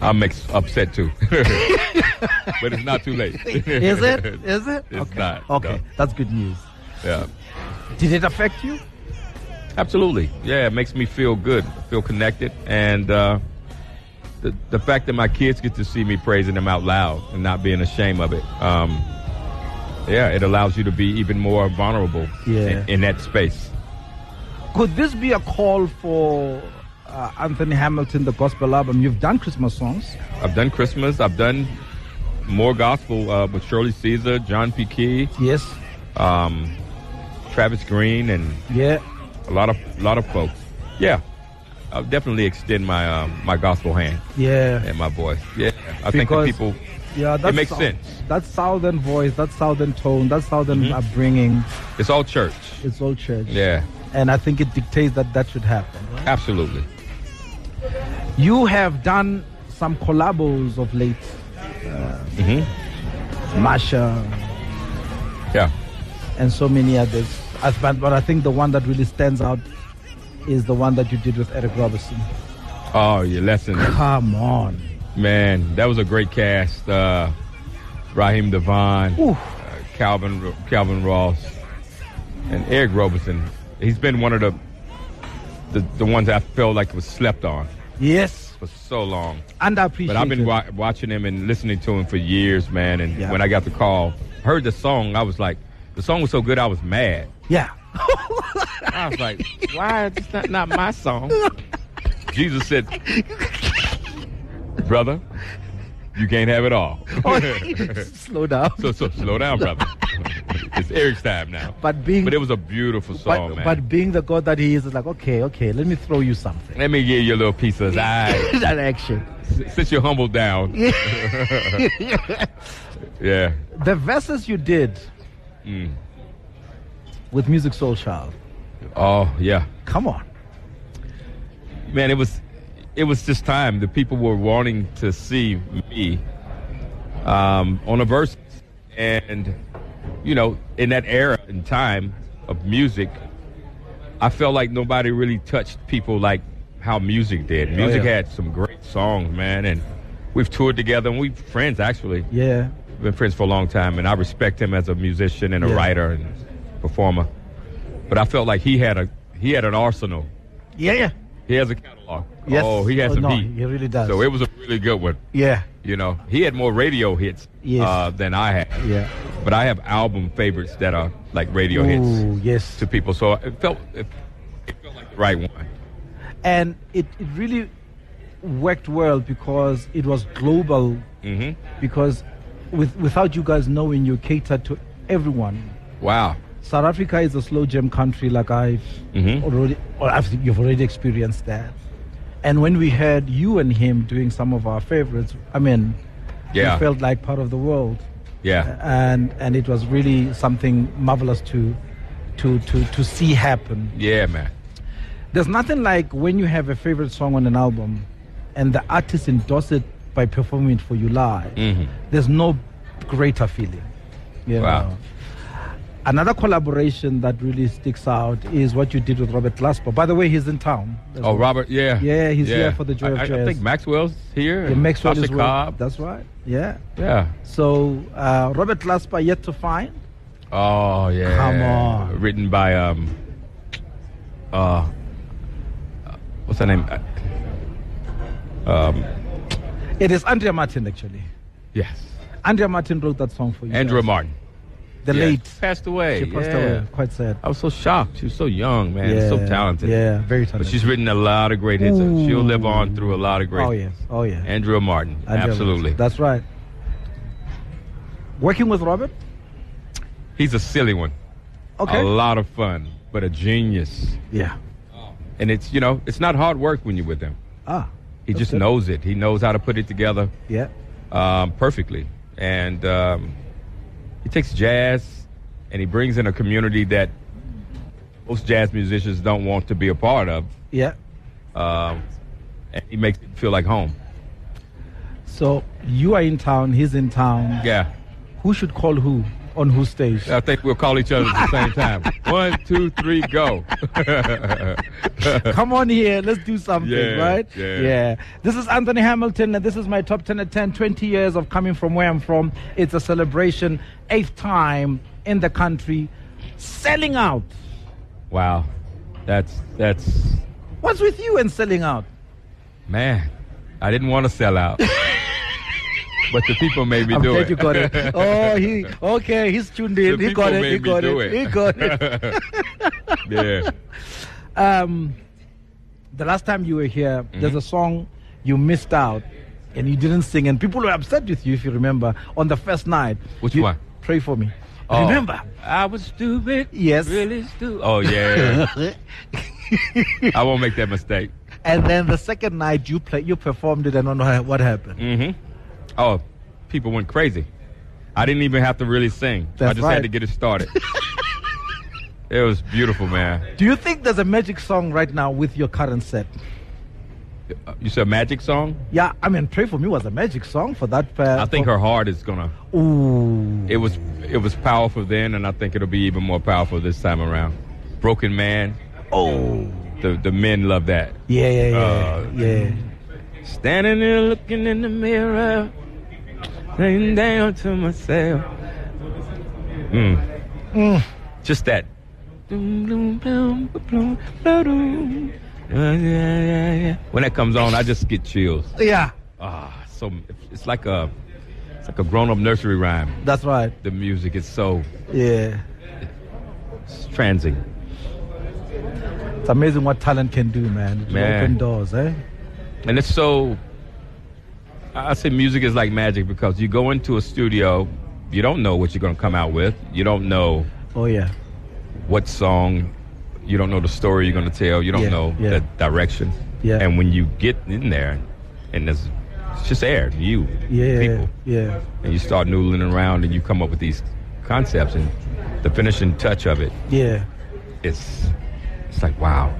Speaker 14: I'm ex- upset too. but it's not too late.
Speaker 2: is it is it
Speaker 14: It's
Speaker 2: okay
Speaker 14: not. no.
Speaker 2: okay that's good news
Speaker 14: Yeah.
Speaker 2: did it affect you
Speaker 14: Absolutely. Yeah, it makes me feel good, feel connected. And uh, the, the fact that my kids get to see me praising them out loud and not being ashamed of it, um, yeah, it allows you to be even more vulnerable
Speaker 2: Yeah.
Speaker 14: in, in that space.
Speaker 2: could this be a call for uh, anthony hamilton the gospel album you've done christmas songs
Speaker 14: I've done Christmas. I've done more gospel uh, with Shirley Caesar, John P. Key.
Speaker 2: Yes.
Speaker 14: Um, Travis Green and
Speaker 2: yeah
Speaker 14: a lot of a lot of folks. Yeah, I'll definitely extend my um, my gospel hand
Speaker 2: yeah
Speaker 14: and my voice. Yeah, I
Speaker 2: Because-
Speaker 14: think the people.
Speaker 2: yeah
Speaker 14: it makes
Speaker 2: sou-
Speaker 14: sense.
Speaker 2: that southern voice that southern tone that southern upbringing
Speaker 14: It's all church.
Speaker 2: it's all church
Speaker 14: Yeah,
Speaker 2: and i think it dictates that that should happen
Speaker 14: absolutely.
Speaker 2: You have done some collabos of late. Uh,
Speaker 14: Mm-hmm.
Speaker 2: Masha
Speaker 14: Yeah,
Speaker 2: and so many others. I- But, but I think the one that really stands out is the one that you did with Eric Robertson.
Speaker 14: Oh, your lesson.
Speaker 2: Come on.
Speaker 14: Man, that was a great cast. Uh, Raheem Devon, uh, Calvin Calvin Ross, and Eric Robertson. He's been one of the the, the ones I felt like was slept on
Speaker 2: Yes.
Speaker 14: for so long.
Speaker 2: Underappreciated.
Speaker 14: But I've been wa- watching him and listening to him for years, man. And
Speaker 2: Yeah.
Speaker 14: when I got the call, heard the song, I was like, the song was so good, I was mad.
Speaker 2: Yeah.
Speaker 14: I was like, why is this not, not my song? Jesus said, brother, you can't have it all.
Speaker 2: Oh, Slow down.
Speaker 14: so, so slow down, brother. it's Eric's time now.
Speaker 2: But being-
Speaker 14: but it was a beautiful song,
Speaker 2: but,
Speaker 14: man.
Speaker 2: but being the God that he is, it's like, okay, okay, let me throw you something.
Speaker 14: Let me give you a little piece of that.
Speaker 2: that action.
Speaker 14: Sit your humble down. yeah.
Speaker 2: The verses you did
Speaker 14: Mm.
Speaker 2: with Music Soul Child.
Speaker 14: Oh yeah.
Speaker 2: Come on.
Speaker 14: Man, it was it was just time. The people were wanting to see me um, on a verse, and you know, in that era and time of music, I felt like nobody really touched people like how music did.
Speaker 2: Oh,
Speaker 14: Music
Speaker 2: yeah.
Speaker 14: had some great songs, man, and we've toured together and we friends actually.
Speaker 2: Yeah.
Speaker 14: We've been friends for a long time, and I respect him as a musician and a
Speaker 2: Yeah.
Speaker 14: writer and performer. But I felt like he had a he had an arsenal.
Speaker 2: Yeah, yeah.
Speaker 14: He has a catalog.
Speaker 2: Yes.
Speaker 14: Oh, he has
Speaker 2: Oh,
Speaker 14: some
Speaker 2: no,
Speaker 14: heat.
Speaker 2: he really does.
Speaker 14: So it was a really good one.
Speaker 2: Yeah.
Speaker 14: You know, he had more radio hits
Speaker 2: Yes.
Speaker 14: uh, than I had.
Speaker 2: Yeah.
Speaker 14: But I have album favorites that are like radio
Speaker 2: Ooh,
Speaker 14: hits
Speaker 2: yes.
Speaker 14: to people. So it felt it, it felt like the right one.
Speaker 2: and it, it really worked well because it was global
Speaker 14: Mhm.
Speaker 2: because with, without you guys knowing you catered to everyone
Speaker 14: Wow.
Speaker 2: south africa is a slow jam country like i've
Speaker 14: Mhm.
Speaker 2: already or I've, you've already experienced that and when we heard you and him doing some of our favorites i mean
Speaker 14: Yeah.
Speaker 2: we felt like part of the world
Speaker 14: Yeah.
Speaker 2: and and it was really something marvelous to to to, to see happen
Speaker 14: Yeah, man.
Speaker 2: There's nothing like when you have a favorite song on an album and the artist endorses it by performing it for you live.
Speaker 14: Mhm.
Speaker 2: There's no greater feeling. you
Speaker 14: Wow.
Speaker 2: know. Another collaboration that really sticks out is what you did with Robert Glasper. By the way, he's in town.
Speaker 14: Oh, Robert, yeah.
Speaker 2: Yeah, he's here for the Joy
Speaker 14: I,
Speaker 2: of
Speaker 14: I- I
Speaker 2: Jazz.
Speaker 14: think Maxwell's here.
Speaker 2: Yeah,
Speaker 14: and
Speaker 2: Maxwell
Speaker 14: Tasha
Speaker 2: is well-
Speaker 14: Cobb.
Speaker 2: That's right. Yeah.
Speaker 14: Yeah.
Speaker 2: So uh, Robert Glasper yet to find.
Speaker 14: Oh yeah.
Speaker 2: Come on.
Speaker 14: Written by um uh what's her name? Uh, Um
Speaker 2: It is Andrea Martin actually.
Speaker 14: yes.
Speaker 2: Andrea Martin wrote that song for you.
Speaker 14: Andrea
Speaker 2: guys.
Speaker 14: Martin.
Speaker 2: The
Speaker 14: Yeah,
Speaker 2: late.
Speaker 14: passed away.
Speaker 2: She passed
Speaker 14: yeah.
Speaker 2: away. Quite sad.
Speaker 14: I was so shocked. She was so young, man.
Speaker 2: Yeah,
Speaker 14: So talented.
Speaker 2: yeah, very
Speaker 14: But
Speaker 2: talented.
Speaker 14: she's written a lot of great hits.
Speaker 2: Ooh.
Speaker 14: She'll live on through a lot of great
Speaker 2: Oh yes. Oh yeah.
Speaker 14: Andrea Martin.
Speaker 2: Andrea
Speaker 14: absolutely.
Speaker 2: Martin. That's right. Working with Robert.
Speaker 14: He's a silly one.
Speaker 2: Okay.
Speaker 14: A lot of fun, but a genius. Oh.
Speaker 2: Yeah.
Speaker 14: And it's you know, it's not hard work when you're with him.
Speaker 2: Ah.
Speaker 14: He
Speaker 2: that's
Speaker 14: just
Speaker 2: good.
Speaker 14: knows it. He knows how to put it together
Speaker 2: Yeah.
Speaker 14: um, perfectly, and um, he takes jazz and he brings in a community that most jazz musicians don't want to be a part of.
Speaker 2: Yeah.
Speaker 14: Um, and he makes it feel like home.
Speaker 2: So you are in town. He's in town.
Speaker 14: Yeah,
Speaker 2: Who should call who on whose stage?
Speaker 14: I think we'll call each other at the same time. One, two, three, go.
Speaker 2: Come on here, let's do something,
Speaker 14: Yeah,
Speaker 2: right?
Speaker 14: yeah.
Speaker 2: This is Anthony Hamilton, and this is my top 10 at 10, 20 years of coming from where I'm from. It's a celebration, eighth time in the country, selling out.
Speaker 14: wow, that's that's
Speaker 2: What's with you and selling out?
Speaker 14: man. I didn't want to sell out, but the people made me
Speaker 2: I'm
Speaker 14: do
Speaker 2: glad
Speaker 14: it.
Speaker 2: you got it. Oh, he okay. He's tuned in.
Speaker 14: The
Speaker 2: he got
Speaker 14: people
Speaker 2: it.
Speaker 14: made
Speaker 2: He
Speaker 14: me
Speaker 2: got
Speaker 14: do
Speaker 2: it.
Speaker 14: it.
Speaker 2: He got it.
Speaker 14: yeah.
Speaker 2: Um, the last time you were here,
Speaker 14: Mm-hmm.
Speaker 2: there's a song you missed out, and you didn't sing, and people were upset with you if you remember on the first night.
Speaker 14: Which
Speaker 2: You-
Speaker 14: one?
Speaker 2: Pray for me.
Speaker 14: Oh.
Speaker 2: Remember?
Speaker 14: I was stupid.
Speaker 2: Yes.
Speaker 14: Really stupid. Oh yeah. I won't make that mistake.
Speaker 2: And then the second night you play, you performed it, and on what what happened?
Speaker 14: Mm-hmm. Oh, people went crazy. I didn't even have to really sing. I
Speaker 2: That's
Speaker 14: just
Speaker 2: right.
Speaker 14: had to get it started. it was beautiful, man.
Speaker 2: Do you think there's a magic song right now with your current set?
Speaker 14: You said magic song?
Speaker 2: Yeah, I mean, pray for me was a magic song for that. Uh,
Speaker 14: I think her heart is gonna
Speaker 2: Ooh.
Speaker 14: it was it was powerful then and I think it'll be even more powerful this time around. Broken Man.
Speaker 2: Oh
Speaker 14: the the men love that.
Speaker 2: Yeah, yeah, yeah,
Speaker 14: Uh,
Speaker 2: yeah.
Speaker 14: Standing there looking in the mirror, laying down to myself. Mm.
Speaker 2: Mm.
Speaker 14: Just that. When that comes on, I just get chills.
Speaker 2: Yeah,
Speaker 14: Ah, so it's like a it's like a grown up nursery rhyme.
Speaker 2: that's right.
Speaker 14: The music is so
Speaker 2: Yeah,
Speaker 14: it's transient.
Speaker 2: it's amazing what talent can do, man. It will
Speaker 14: Man.
Speaker 2: open doors, eh?
Speaker 14: And it's so. I I say music is like magic because you go into a studio, you don't know what you're going to come out with. You don't know
Speaker 2: Oh yeah,
Speaker 14: what song, you don't know the story you're going to tell, you don't
Speaker 2: Yeah,
Speaker 14: know
Speaker 2: yeah.
Speaker 14: the direction.
Speaker 2: Yeah.
Speaker 14: And when you get in there, and there's it's just air, you,
Speaker 2: yeah,
Speaker 14: people,
Speaker 2: yeah.
Speaker 14: and you start noodling around and you come up with these concepts and the finishing touch of it,
Speaker 2: Yeah,
Speaker 14: it's it's like wow.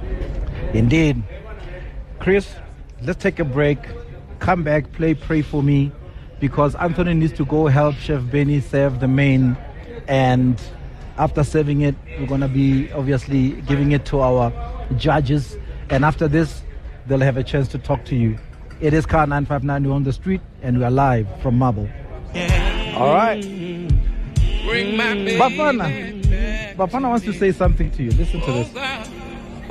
Speaker 2: indeed. Chris, let's take a break. Come back, play Pray For Me, because Anthony needs to go help Chef Benny serve the main. And after serving it, we're going to be obviously giving it to our judges. And after this, they'll have a chance to talk to you. It is Car 959. We're on the street and we are live from Marble. All right. Bafana. Bafana wants to say something to you. Listen to this.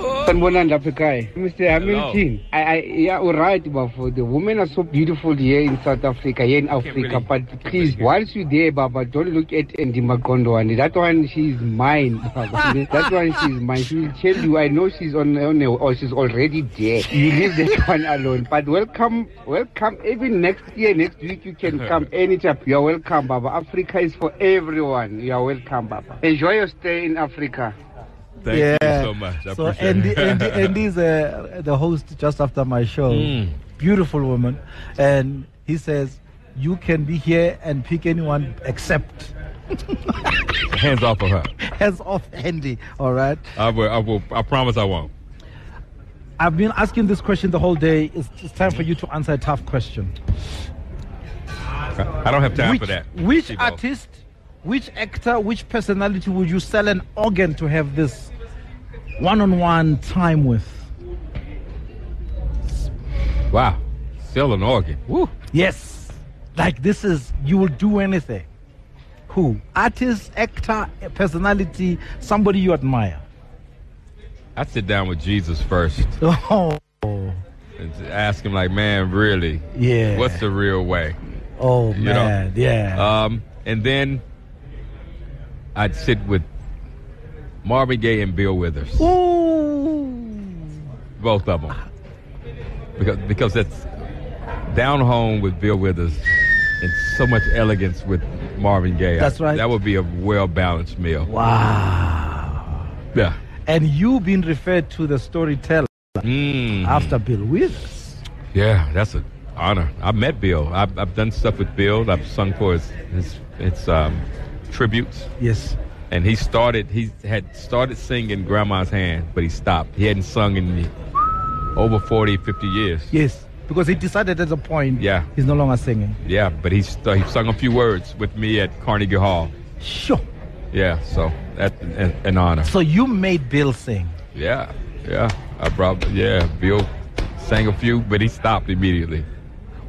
Speaker 17: Sanibonani lapha ekhaya mr hamilton I, I, yeah, all right bafo the women are so beautiful here in south africa here in africa but please once you there baba don't look at andimaqondwane that one she's mine baba. that one she's mine she will tell you i know she's on, on a, or she's already there you leave that one alone but welcome welcome even next year next week you can come anytime you are welcome baba africa is for everyone you are welcome baba enjoy your stay in africa
Speaker 14: Thank
Speaker 2: yeah.
Speaker 14: you so much. I
Speaker 2: so
Speaker 14: appreciate
Speaker 2: Andy,
Speaker 14: it.
Speaker 2: Andy, Andy's uh, the host just after my show.
Speaker 14: Mm.
Speaker 2: Beautiful woman, and he says you can be here and pick anyone except
Speaker 14: Hands off of her.
Speaker 2: hands off Andy. All right.
Speaker 14: I will. I will. I promise I won't.
Speaker 2: I've been asking this question the whole day. It's, it's time for you to answer a tough question.
Speaker 14: I I don't have time
Speaker 2: which,
Speaker 14: for that.
Speaker 2: Which
Speaker 14: Sibo.
Speaker 2: artist, which actor, which personality would you sell an organ to have this one-on-one time with?
Speaker 14: Wow. Sell an organ. Woo.
Speaker 2: Yes. Like this is you will do anything. Who? Artist, actor, personality, somebody you admire.
Speaker 14: I'd sit down with Jesus first
Speaker 2: Oh.
Speaker 14: and to ask him, like, man, really?
Speaker 2: Yeah.
Speaker 14: What's the real way?
Speaker 2: Oh
Speaker 14: You know?
Speaker 2: man. Yeah.
Speaker 14: Um, and then I'd sit with Marvin Gaye and Bill Withers, both of them, because because that's down home with Bill Withers and so much elegance with Marvin Gaye.
Speaker 2: That's right.
Speaker 14: That would be a well balanced meal.
Speaker 2: Wow.
Speaker 14: Uh, Yeah.
Speaker 2: And you been referred to the storyteller
Speaker 14: Mm.
Speaker 2: after Bill Withers.
Speaker 14: Yeah, that's an honor. I've met Bill. I've, I've done stuff with Bill. I've sung for his his, his um, tributes.
Speaker 2: Yes.
Speaker 14: And he started. He had started singing Grandma's Hand, but he stopped. He hadn't sung in over 40, 50 years.
Speaker 2: Yes. Because he decided at a point
Speaker 14: Yeah,
Speaker 2: he's no longer singing.
Speaker 14: yeah. But he st- he sung a few words with me at Carnegie Hall.
Speaker 2: Sure.
Speaker 14: Yeah. So that's an, an honor.
Speaker 2: So you made Bill sing.
Speaker 14: Yeah, yeah. I brought. Yeah, Bill sang a few, but he stopped immediately.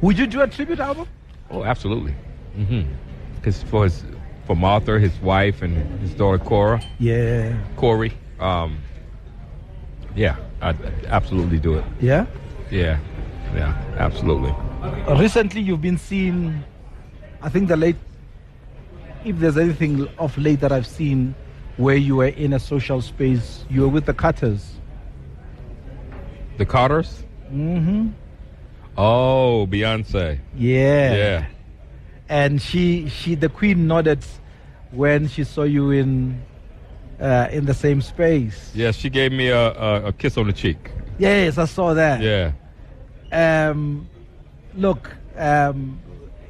Speaker 2: Would you do a tribute album?
Speaker 14: Oh, absolutely. Mm-hmm. Because for his, for Martha, his wife, and his daughter Cora,
Speaker 2: Yeah.
Speaker 14: Corey. Um, yeah, I'd absolutely do it.
Speaker 2: Yeah?
Speaker 14: Yeah, yeah, absolutely.
Speaker 2: Recently, you've been seeing, I think the late, if there's anything of late that I've seen where you were in a social space, you were with the Cutters.
Speaker 14: The Carters.
Speaker 2: Mm-hmm.
Speaker 14: Oh, Beyonce.
Speaker 2: Yeah.
Speaker 14: Yeah.
Speaker 2: And she, she, the Queen nodded when she saw you in, uh, in the same space.
Speaker 14: Yeah, she gave me a, a, a kiss on the cheek.
Speaker 2: Yes, I saw that.
Speaker 14: Yeah.
Speaker 2: um, look, um,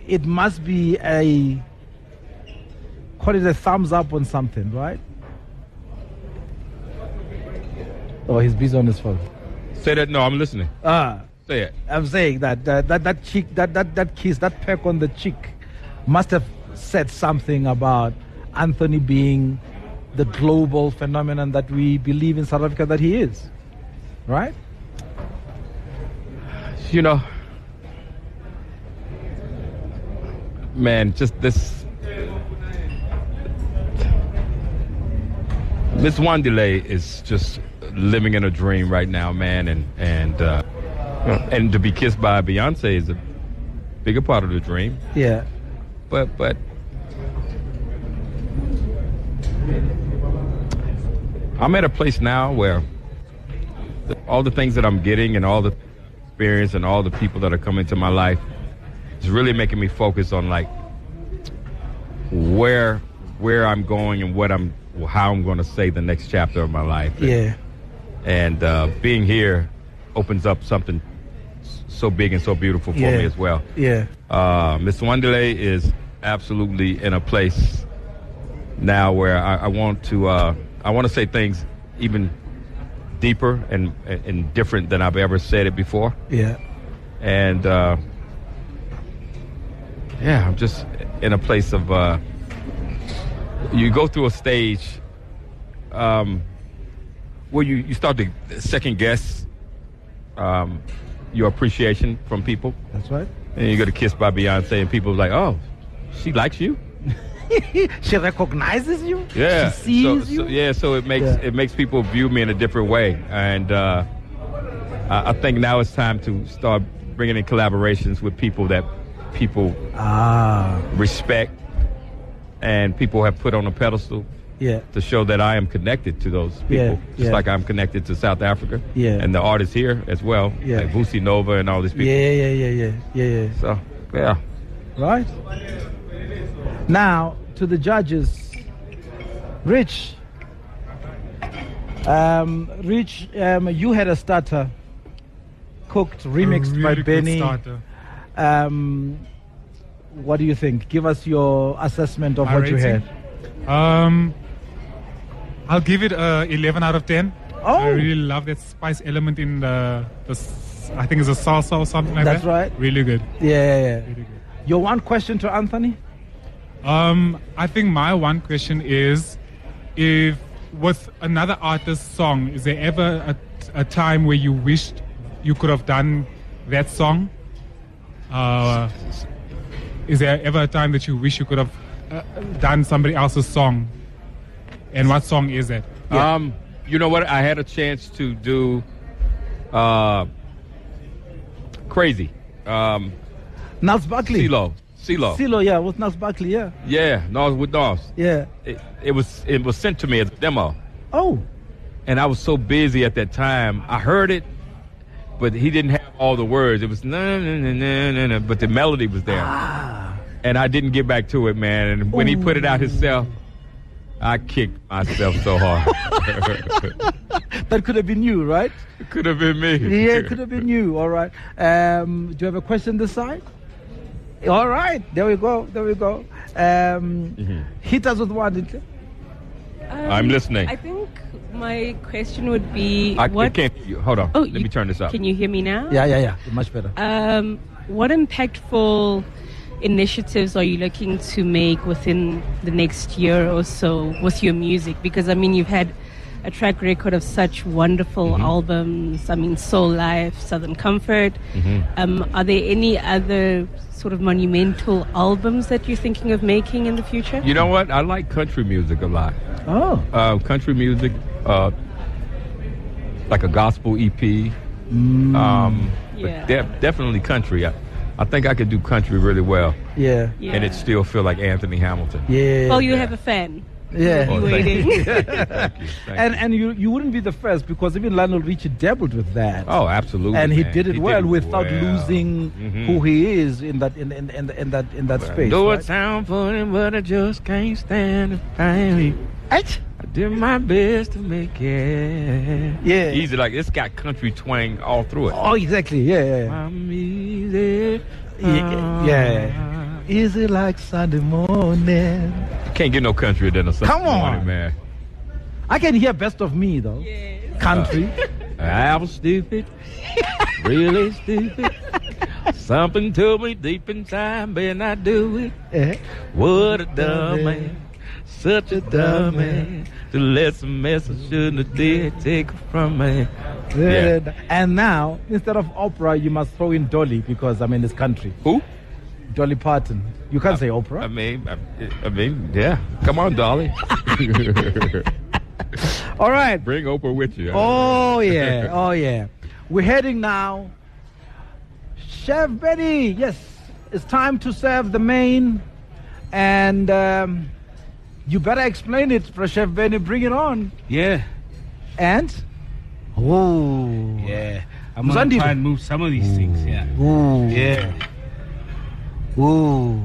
Speaker 2: it must be a call it a thumbs up on something, right? Oh, he's busy on his phone.
Speaker 14: Say that. No, I'm listening.
Speaker 2: Ah,
Speaker 14: Say it.
Speaker 2: I'm saying that that that, that cheek, that, that that kiss, that peck on the cheek, must have said something about Anthony being the global phenomenon that we believe in South Africa that he is, right?
Speaker 14: You know, man, just this. Miss Wandelay is just living in a dream right now, man, and and uh, and to be kissed by Beyonce is a bigger part of the dream.
Speaker 2: Yeah.
Speaker 14: But but I'm at a place now where the, all the things that I'm getting and all the experience and all the people that are coming into my life is really making me focus on like where where I'm going and what I'm how I'm going to say the next chapter of my life.
Speaker 2: Yeah.
Speaker 14: And uh, being here opens up something s- so big and so beautiful for
Speaker 2: Yeah.
Speaker 14: me as well.
Speaker 2: Yeah.
Speaker 14: Uh, Miss Wanderley is absolutely in a place now where I, I want to uh, I want to say things even deeper and and different than I've ever said it before.
Speaker 2: Yeah.
Speaker 14: And uh, yeah, I'm just in a place of uh, you go through a stage um, where you, you start to second guess um, your appreciation from people.
Speaker 2: That's right.
Speaker 14: And you get a kiss by Beyonce, and people like, oh, she likes you.
Speaker 2: she recognizes you.
Speaker 14: Yeah.
Speaker 2: She sees
Speaker 14: so,
Speaker 2: you.
Speaker 14: so- yeah. So it makes
Speaker 2: Yeah.
Speaker 14: it makes people view me in a different way, and uh, I, I think now it's time to start bringing in collaborations with people that people
Speaker 2: Ah.
Speaker 14: respect, and people have put on a pedestal
Speaker 2: Yeah.
Speaker 14: to show that I am connected to those people,
Speaker 2: Yeah,
Speaker 14: just
Speaker 2: yeah.
Speaker 14: like I'm connected to South Africa.
Speaker 2: Yeah.
Speaker 14: And the artists here as well,
Speaker 2: Yeah.
Speaker 14: like Vusi Nova and all these people.
Speaker 2: Yeah, yeah, yeah, yeah, yeah, yeah.
Speaker 14: So yeah.
Speaker 2: Right? Now, to the judges. Rich. Um, Rich, um, you had a starter cooked, remixed by
Speaker 6: really good
Speaker 2: Benny.
Speaker 6: starter.
Speaker 2: Um, what do you think? Give us your assessment of
Speaker 6: My
Speaker 2: what you
Speaker 6: rating?
Speaker 2: had.
Speaker 6: Um, I'll give it a 11 out of 10.
Speaker 2: Oh.
Speaker 6: I really love that spice element in the, the s- I think it's a salsa or something like
Speaker 2: That's
Speaker 6: that.
Speaker 2: right.
Speaker 6: Really good.
Speaker 2: Yeah, yeah, yeah. Your one question to Anthony?
Speaker 6: Um, I think my one question is if with another artist's song, is there ever a, a time where you wished you could have done that song? Uh, is there ever a time that you wish you could have uh, done somebody else's song? And what song is it?
Speaker 14: Um, you know what? I had a chance to do uh, crazy. Um,
Speaker 2: Nels Buckley.
Speaker 14: CeeLo. CeeLo.
Speaker 2: Silo, yeah, with Nas Buckley, yeah.
Speaker 14: Yeah, Nas with Nas.
Speaker 2: Yeah.
Speaker 14: It, it was it was sent to me as a demo,
Speaker 2: Oh,
Speaker 14: and I was so busy at that time. I heard it, but he didn't have all the words. It was na na na na na, na but the melody was there,
Speaker 2: Ah.
Speaker 14: and I didn't get back to it, man. And when he put it out himself, I kicked myself so hard.
Speaker 2: that could have been you, right?
Speaker 14: Could have been me.
Speaker 2: Yeah, it could have been you. All right. Um, do you have a question this side? All right. There we go. There we go. Um,
Speaker 14: Mm-hmm.
Speaker 2: Hit us with one. Litle.
Speaker 14: I'm listening.
Speaker 5: Um, I think my question would be
Speaker 14: I, I
Speaker 5: what
Speaker 14: can't. you- Hold on.
Speaker 5: Oh,
Speaker 14: Let
Speaker 5: you-
Speaker 14: me turn this up.
Speaker 5: can you hear me now?
Speaker 2: Yeah, yeah, yeah. Much better.
Speaker 5: Um, what impactful initiatives are you looking to make within the next year or so with your music? Because I mean, you've had a track record of such wonderful
Speaker 14: Mm-hmm.
Speaker 5: albums. I mean, Soul Life, Southern Comfort.
Speaker 14: Mm-hmm. Mm.
Speaker 5: Um, are there any other sort of monumental albums that you're thinking of making in the future?
Speaker 14: You know what? I like country music a lot.
Speaker 2: Oh.
Speaker 14: Uh, country music, uh, like a gospel EP.
Speaker 2: Mm.
Speaker 14: Um, but
Speaker 5: Yeah.
Speaker 14: de- definitely country. I, I think I could do country really well,
Speaker 2: Yeah.
Speaker 14: and it still feel like Anthony Hamilton.
Speaker 2: Yeah.
Speaker 5: Well, you have a fan.
Speaker 2: Yeah.
Speaker 14: Oh,
Speaker 5: You're
Speaker 14: thank
Speaker 5: waiting.
Speaker 14: you. Thank you. Thank
Speaker 2: and and you you wouldn't be the first because even Lionel Richie dabbled with that.
Speaker 14: Oh, absolutely.
Speaker 2: and he
Speaker 14: man.
Speaker 2: did it well
Speaker 14: it
Speaker 2: without
Speaker 14: well.
Speaker 2: losing
Speaker 14: Mhm.
Speaker 2: who he is in that in in in, in that in that
Speaker 14: I
Speaker 2: space.
Speaker 14: know
Speaker 2: right?
Speaker 14: it sound funny, but I just can't stand the pain. I did my best to make it.
Speaker 2: Yeah.
Speaker 14: Easy, like it's got country twang all through it.
Speaker 2: Oh, exactly. Yeah, yeah.
Speaker 14: I'm easy.
Speaker 2: Yeah. yeah. Easy like Sunday morning.
Speaker 14: You can't get no country than a Sunday
Speaker 2: Come on.
Speaker 14: morning, man.
Speaker 2: I can hear best of me though. Country.
Speaker 14: I was stupid, really stupid. Something told me deep inside, man, I do it.
Speaker 2: Eh.
Speaker 14: What a dumb man, such a dumb man. The lesson mess I shouldn't have did take it from me. Yeah.
Speaker 2: Then- And now, instead of Oprah, you must throw in Dolly because I mean it's country.
Speaker 14: Who?
Speaker 2: Dolly Parton. You can't say Oprah.
Speaker 14: I mean, I, I mean, yeah. Come on, Dolly.
Speaker 2: All right.
Speaker 14: Bring Oprah with you.
Speaker 2: Oh yeah, oh yeah. We're heading now. Chef Benny, yes, it's time to serve the main, and um, you better explain it for Chef Benny. Bring it on.
Speaker 15: Yeah.
Speaker 2: And oh
Speaker 15: Yeah. I'm going to
Speaker 2: Mzandile.
Speaker 15: try and move some of these things. Yeah.
Speaker 2: Ooh.
Speaker 15: Yeah.
Speaker 2: Ooh.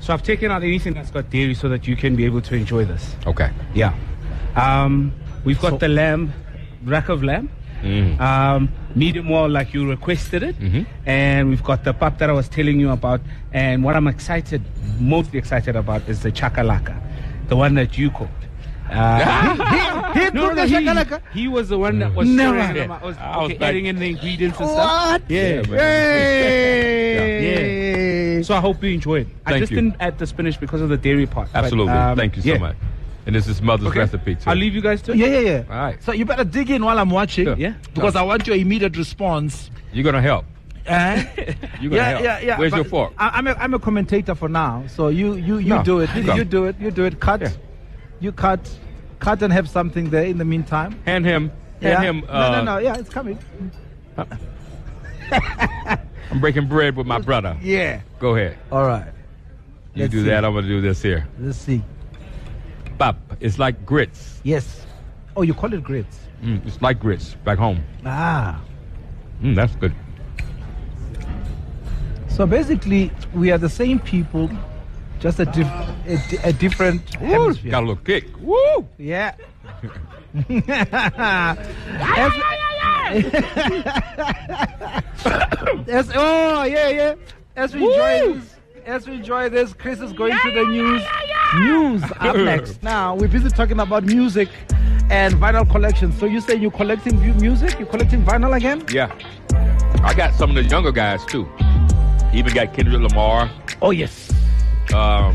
Speaker 15: So I've taken out anything that's got dairy so that you can be able to enjoy this.
Speaker 14: Okay.
Speaker 15: Yeah. Um, we've got the lamb, rack of lamb.
Speaker 2: Mm.
Speaker 15: Um, medium well, like you requested it.
Speaker 2: Mm-hmm.
Speaker 15: And we've got the pap that I was telling you about. And what I'm excited, mostly excited about, is the chakalaka, the one that you cooked.
Speaker 2: Ah!
Speaker 15: Uh,
Speaker 2: he cooked the chakalaka?
Speaker 15: He, he was the one that was
Speaker 2: Never.
Speaker 15: throwing them out- Mm. was,
Speaker 14: I was
Speaker 15: okay,
Speaker 14: like-
Speaker 15: adding in the ingredients and
Speaker 2: What?
Speaker 15: stuff. Yeah,
Speaker 14: Yeah, man.
Speaker 15: yeah. So I hope you enjoy it. I
Speaker 14: Thank
Speaker 15: just
Speaker 14: you.
Speaker 15: didn't add the spinach because of the dairy part. but,
Speaker 14: Absolutely.
Speaker 15: um,
Speaker 14: Thank you so
Speaker 15: yeah.
Speaker 14: much. And this is mother's
Speaker 15: Okay.
Speaker 14: recipe too.
Speaker 15: I'll leave you guys to it.
Speaker 2: Yeah, yeah, yeah.
Speaker 14: All right.
Speaker 2: So you better dig in while I'm watching,
Speaker 14: Yeah.
Speaker 2: because I want your immediate response.
Speaker 14: You're gonna help.
Speaker 2: Eh?
Speaker 14: You're gonna help. Where's
Speaker 2: but
Speaker 14: your fork?
Speaker 2: I, I'm, a, I'm a commentator for now, so you you you
Speaker 14: No,
Speaker 2: do it.
Speaker 14: you
Speaker 2: You,
Speaker 14: go.
Speaker 2: you do it. You do it. Cut.
Speaker 14: Yeah.
Speaker 2: You cut. Cut and have something there in the meantime.
Speaker 14: Hand him.
Speaker 2: yeah.
Speaker 14: Hand him. Uh,
Speaker 2: no, no, no. Yeah, it's coming.
Speaker 14: I'm breaking bread with my brother.
Speaker 2: Yeah.
Speaker 14: Go ahead.
Speaker 2: All right.
Speaker 14: You
Speaker 2: Let's
Speaker 14: do
Speaker 2: see.
Speaker 14: that. I'm gonna do this here.
Speaker 2: Let's see.
Speaker 14: Bop. It's like grits.
Speaker 2: Yes. Oh, you call it grits.
Speaker 14: Mm, it's like grits back home.
Speaker 2: Ah.
Speaker 14: Mm, that's good.
Speaker 2: So basically, we are the same people, just a, diff- a, di- a different hemisphere.
Speaker 14: Got a little kick. Woo!
Speaker 2: Yeah. As- oh yeah, yeah. As we enjoy this, as we enjoy this, Chris is going to the news. News up next. Now we're busy talking about music, and vinyl collection. So you say you're collecting mu- music? You're collecting vinyl again?
Speaker 14: Yeah. I got some of the younger guys too. Even got Kendrick Lamar.
Speaker 2: Oh yes.
Speaker 14: Um,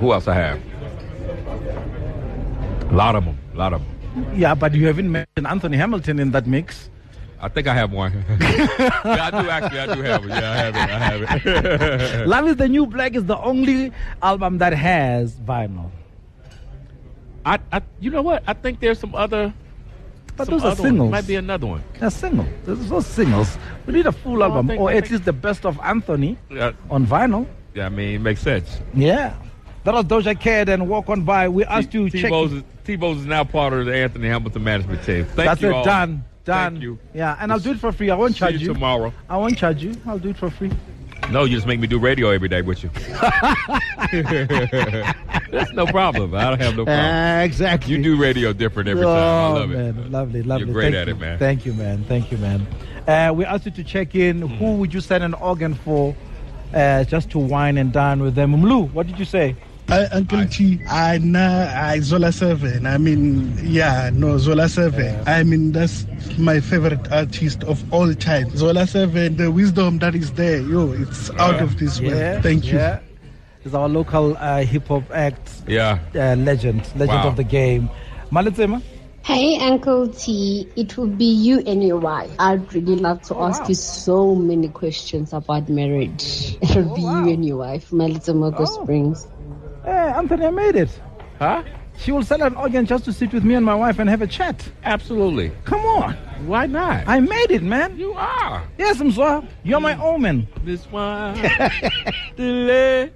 Speaker 14: who else I have? A lot of them. A lot of them.
Speaker 2: Yeah, but you haven't mentioned Anthony Hamilton in that mix.
Speaker 14: I think I have one. yeah, I do actually. I do have it. Yeah, I have it. I have it.
Speaker 2: Love is the New Black is the only album that has vinyl.
Speaker 14: I, I, you know what? I think there's some other.
Speaker 2: But
Speaker 14: some
Speaker 2: those are
Speaker 14: other one.
Speaker 2: singles.
Speaker 14: Might be another one.
Speaker 2: A single. There's no singles. We need a full
Speaker 14: No, I
Speaker 2: album,
Speaker 14: think-
Speaker 2: or
Speaker 14: I
Speaker 2: at
Speaker 14: think-
Speaker 2: least the best of Anthony
Speaker 14: Yeah,
Speaker 2: on vinyl.
Speaker 14: yeah, I mean, it makes sense.
Speaker 2: Yeah. That was Doja Cat and Walk On By. We asked you check.
Speaker 14: T-Bow's is, T-Bow's is now part of the Anthony Hamilton management team. Thank
Speaker 2: That's
Speaker 14: you
Speaker 2: it.
Speaker 14: all.
Speaker 2: Done. Done.
Speaker 14: Thank you.
Speaker 2: Yeah, and I'll do it for free. I won't
Speaker 14: See
Speaker 2: charge
Speaker 14: you tomorrow.
Speaker 2: I won't charge you. I'll do it for free.
Speaker 14: No, you just make me do radio every day with you. That's no problem. I don't have no problem.
Speaker 2: Ah, exactly.
Speaker 14: You do radio different every
Speaker 2: oh,
Speaker 14: time. I love it.
Speaker 2: man. Lovely, lovely.
Speaker 14: great
Speaker 2: Thank
Speaker 14: at
Speaker 2: you.
Speaker 14: it, man.
Speaker 2: Thank you, man. Thank you, man. Uh, we asked you to check in.
Speaker 14: Hmm.
Speaker 2: Who would you send an organ for uh, just to wine and dine with them? Mlu, what did you say?
Speaker 18: Uh, Uncle T, I nah, I Zola Seven. I mean, yeah, no Zola Seven. I mean, that's my favorite artist of all time. Zola Seven, the wisdom that is there, yo, it's out of this
Speaker 2: Yeah,
Speaker 18: world. Thank you.
Speaker 2: yeah. He's our local uh, hip hop act
Speaker 14: Yeah.
Speaker 2: uh, legend, legend
Speaker 14: Wow.
Speaker 2: of the game. Malitsema?
Speaker 19: Hey, Uncle T. It would be you and your wife. I'd really love to ask you so many questions about marriage. It would be you and your wife, my little Mogo Springs.
Speaker 2: Hey, Anthony, I made it.
Speaker 14: Huh?
Speaker 2: She will sell an organ just to sit with me and my wife and have a chat.
Speaker 14: Absolutely.
Speaker 2: Come on.
Speaker 14: Why not?
Speaker 2: I made it, man.
Speaker 14: You are.
Speaker 2: Yes, Mzwa. You're my omen.
Speaker 14: This one.
Speaker 2: Delay.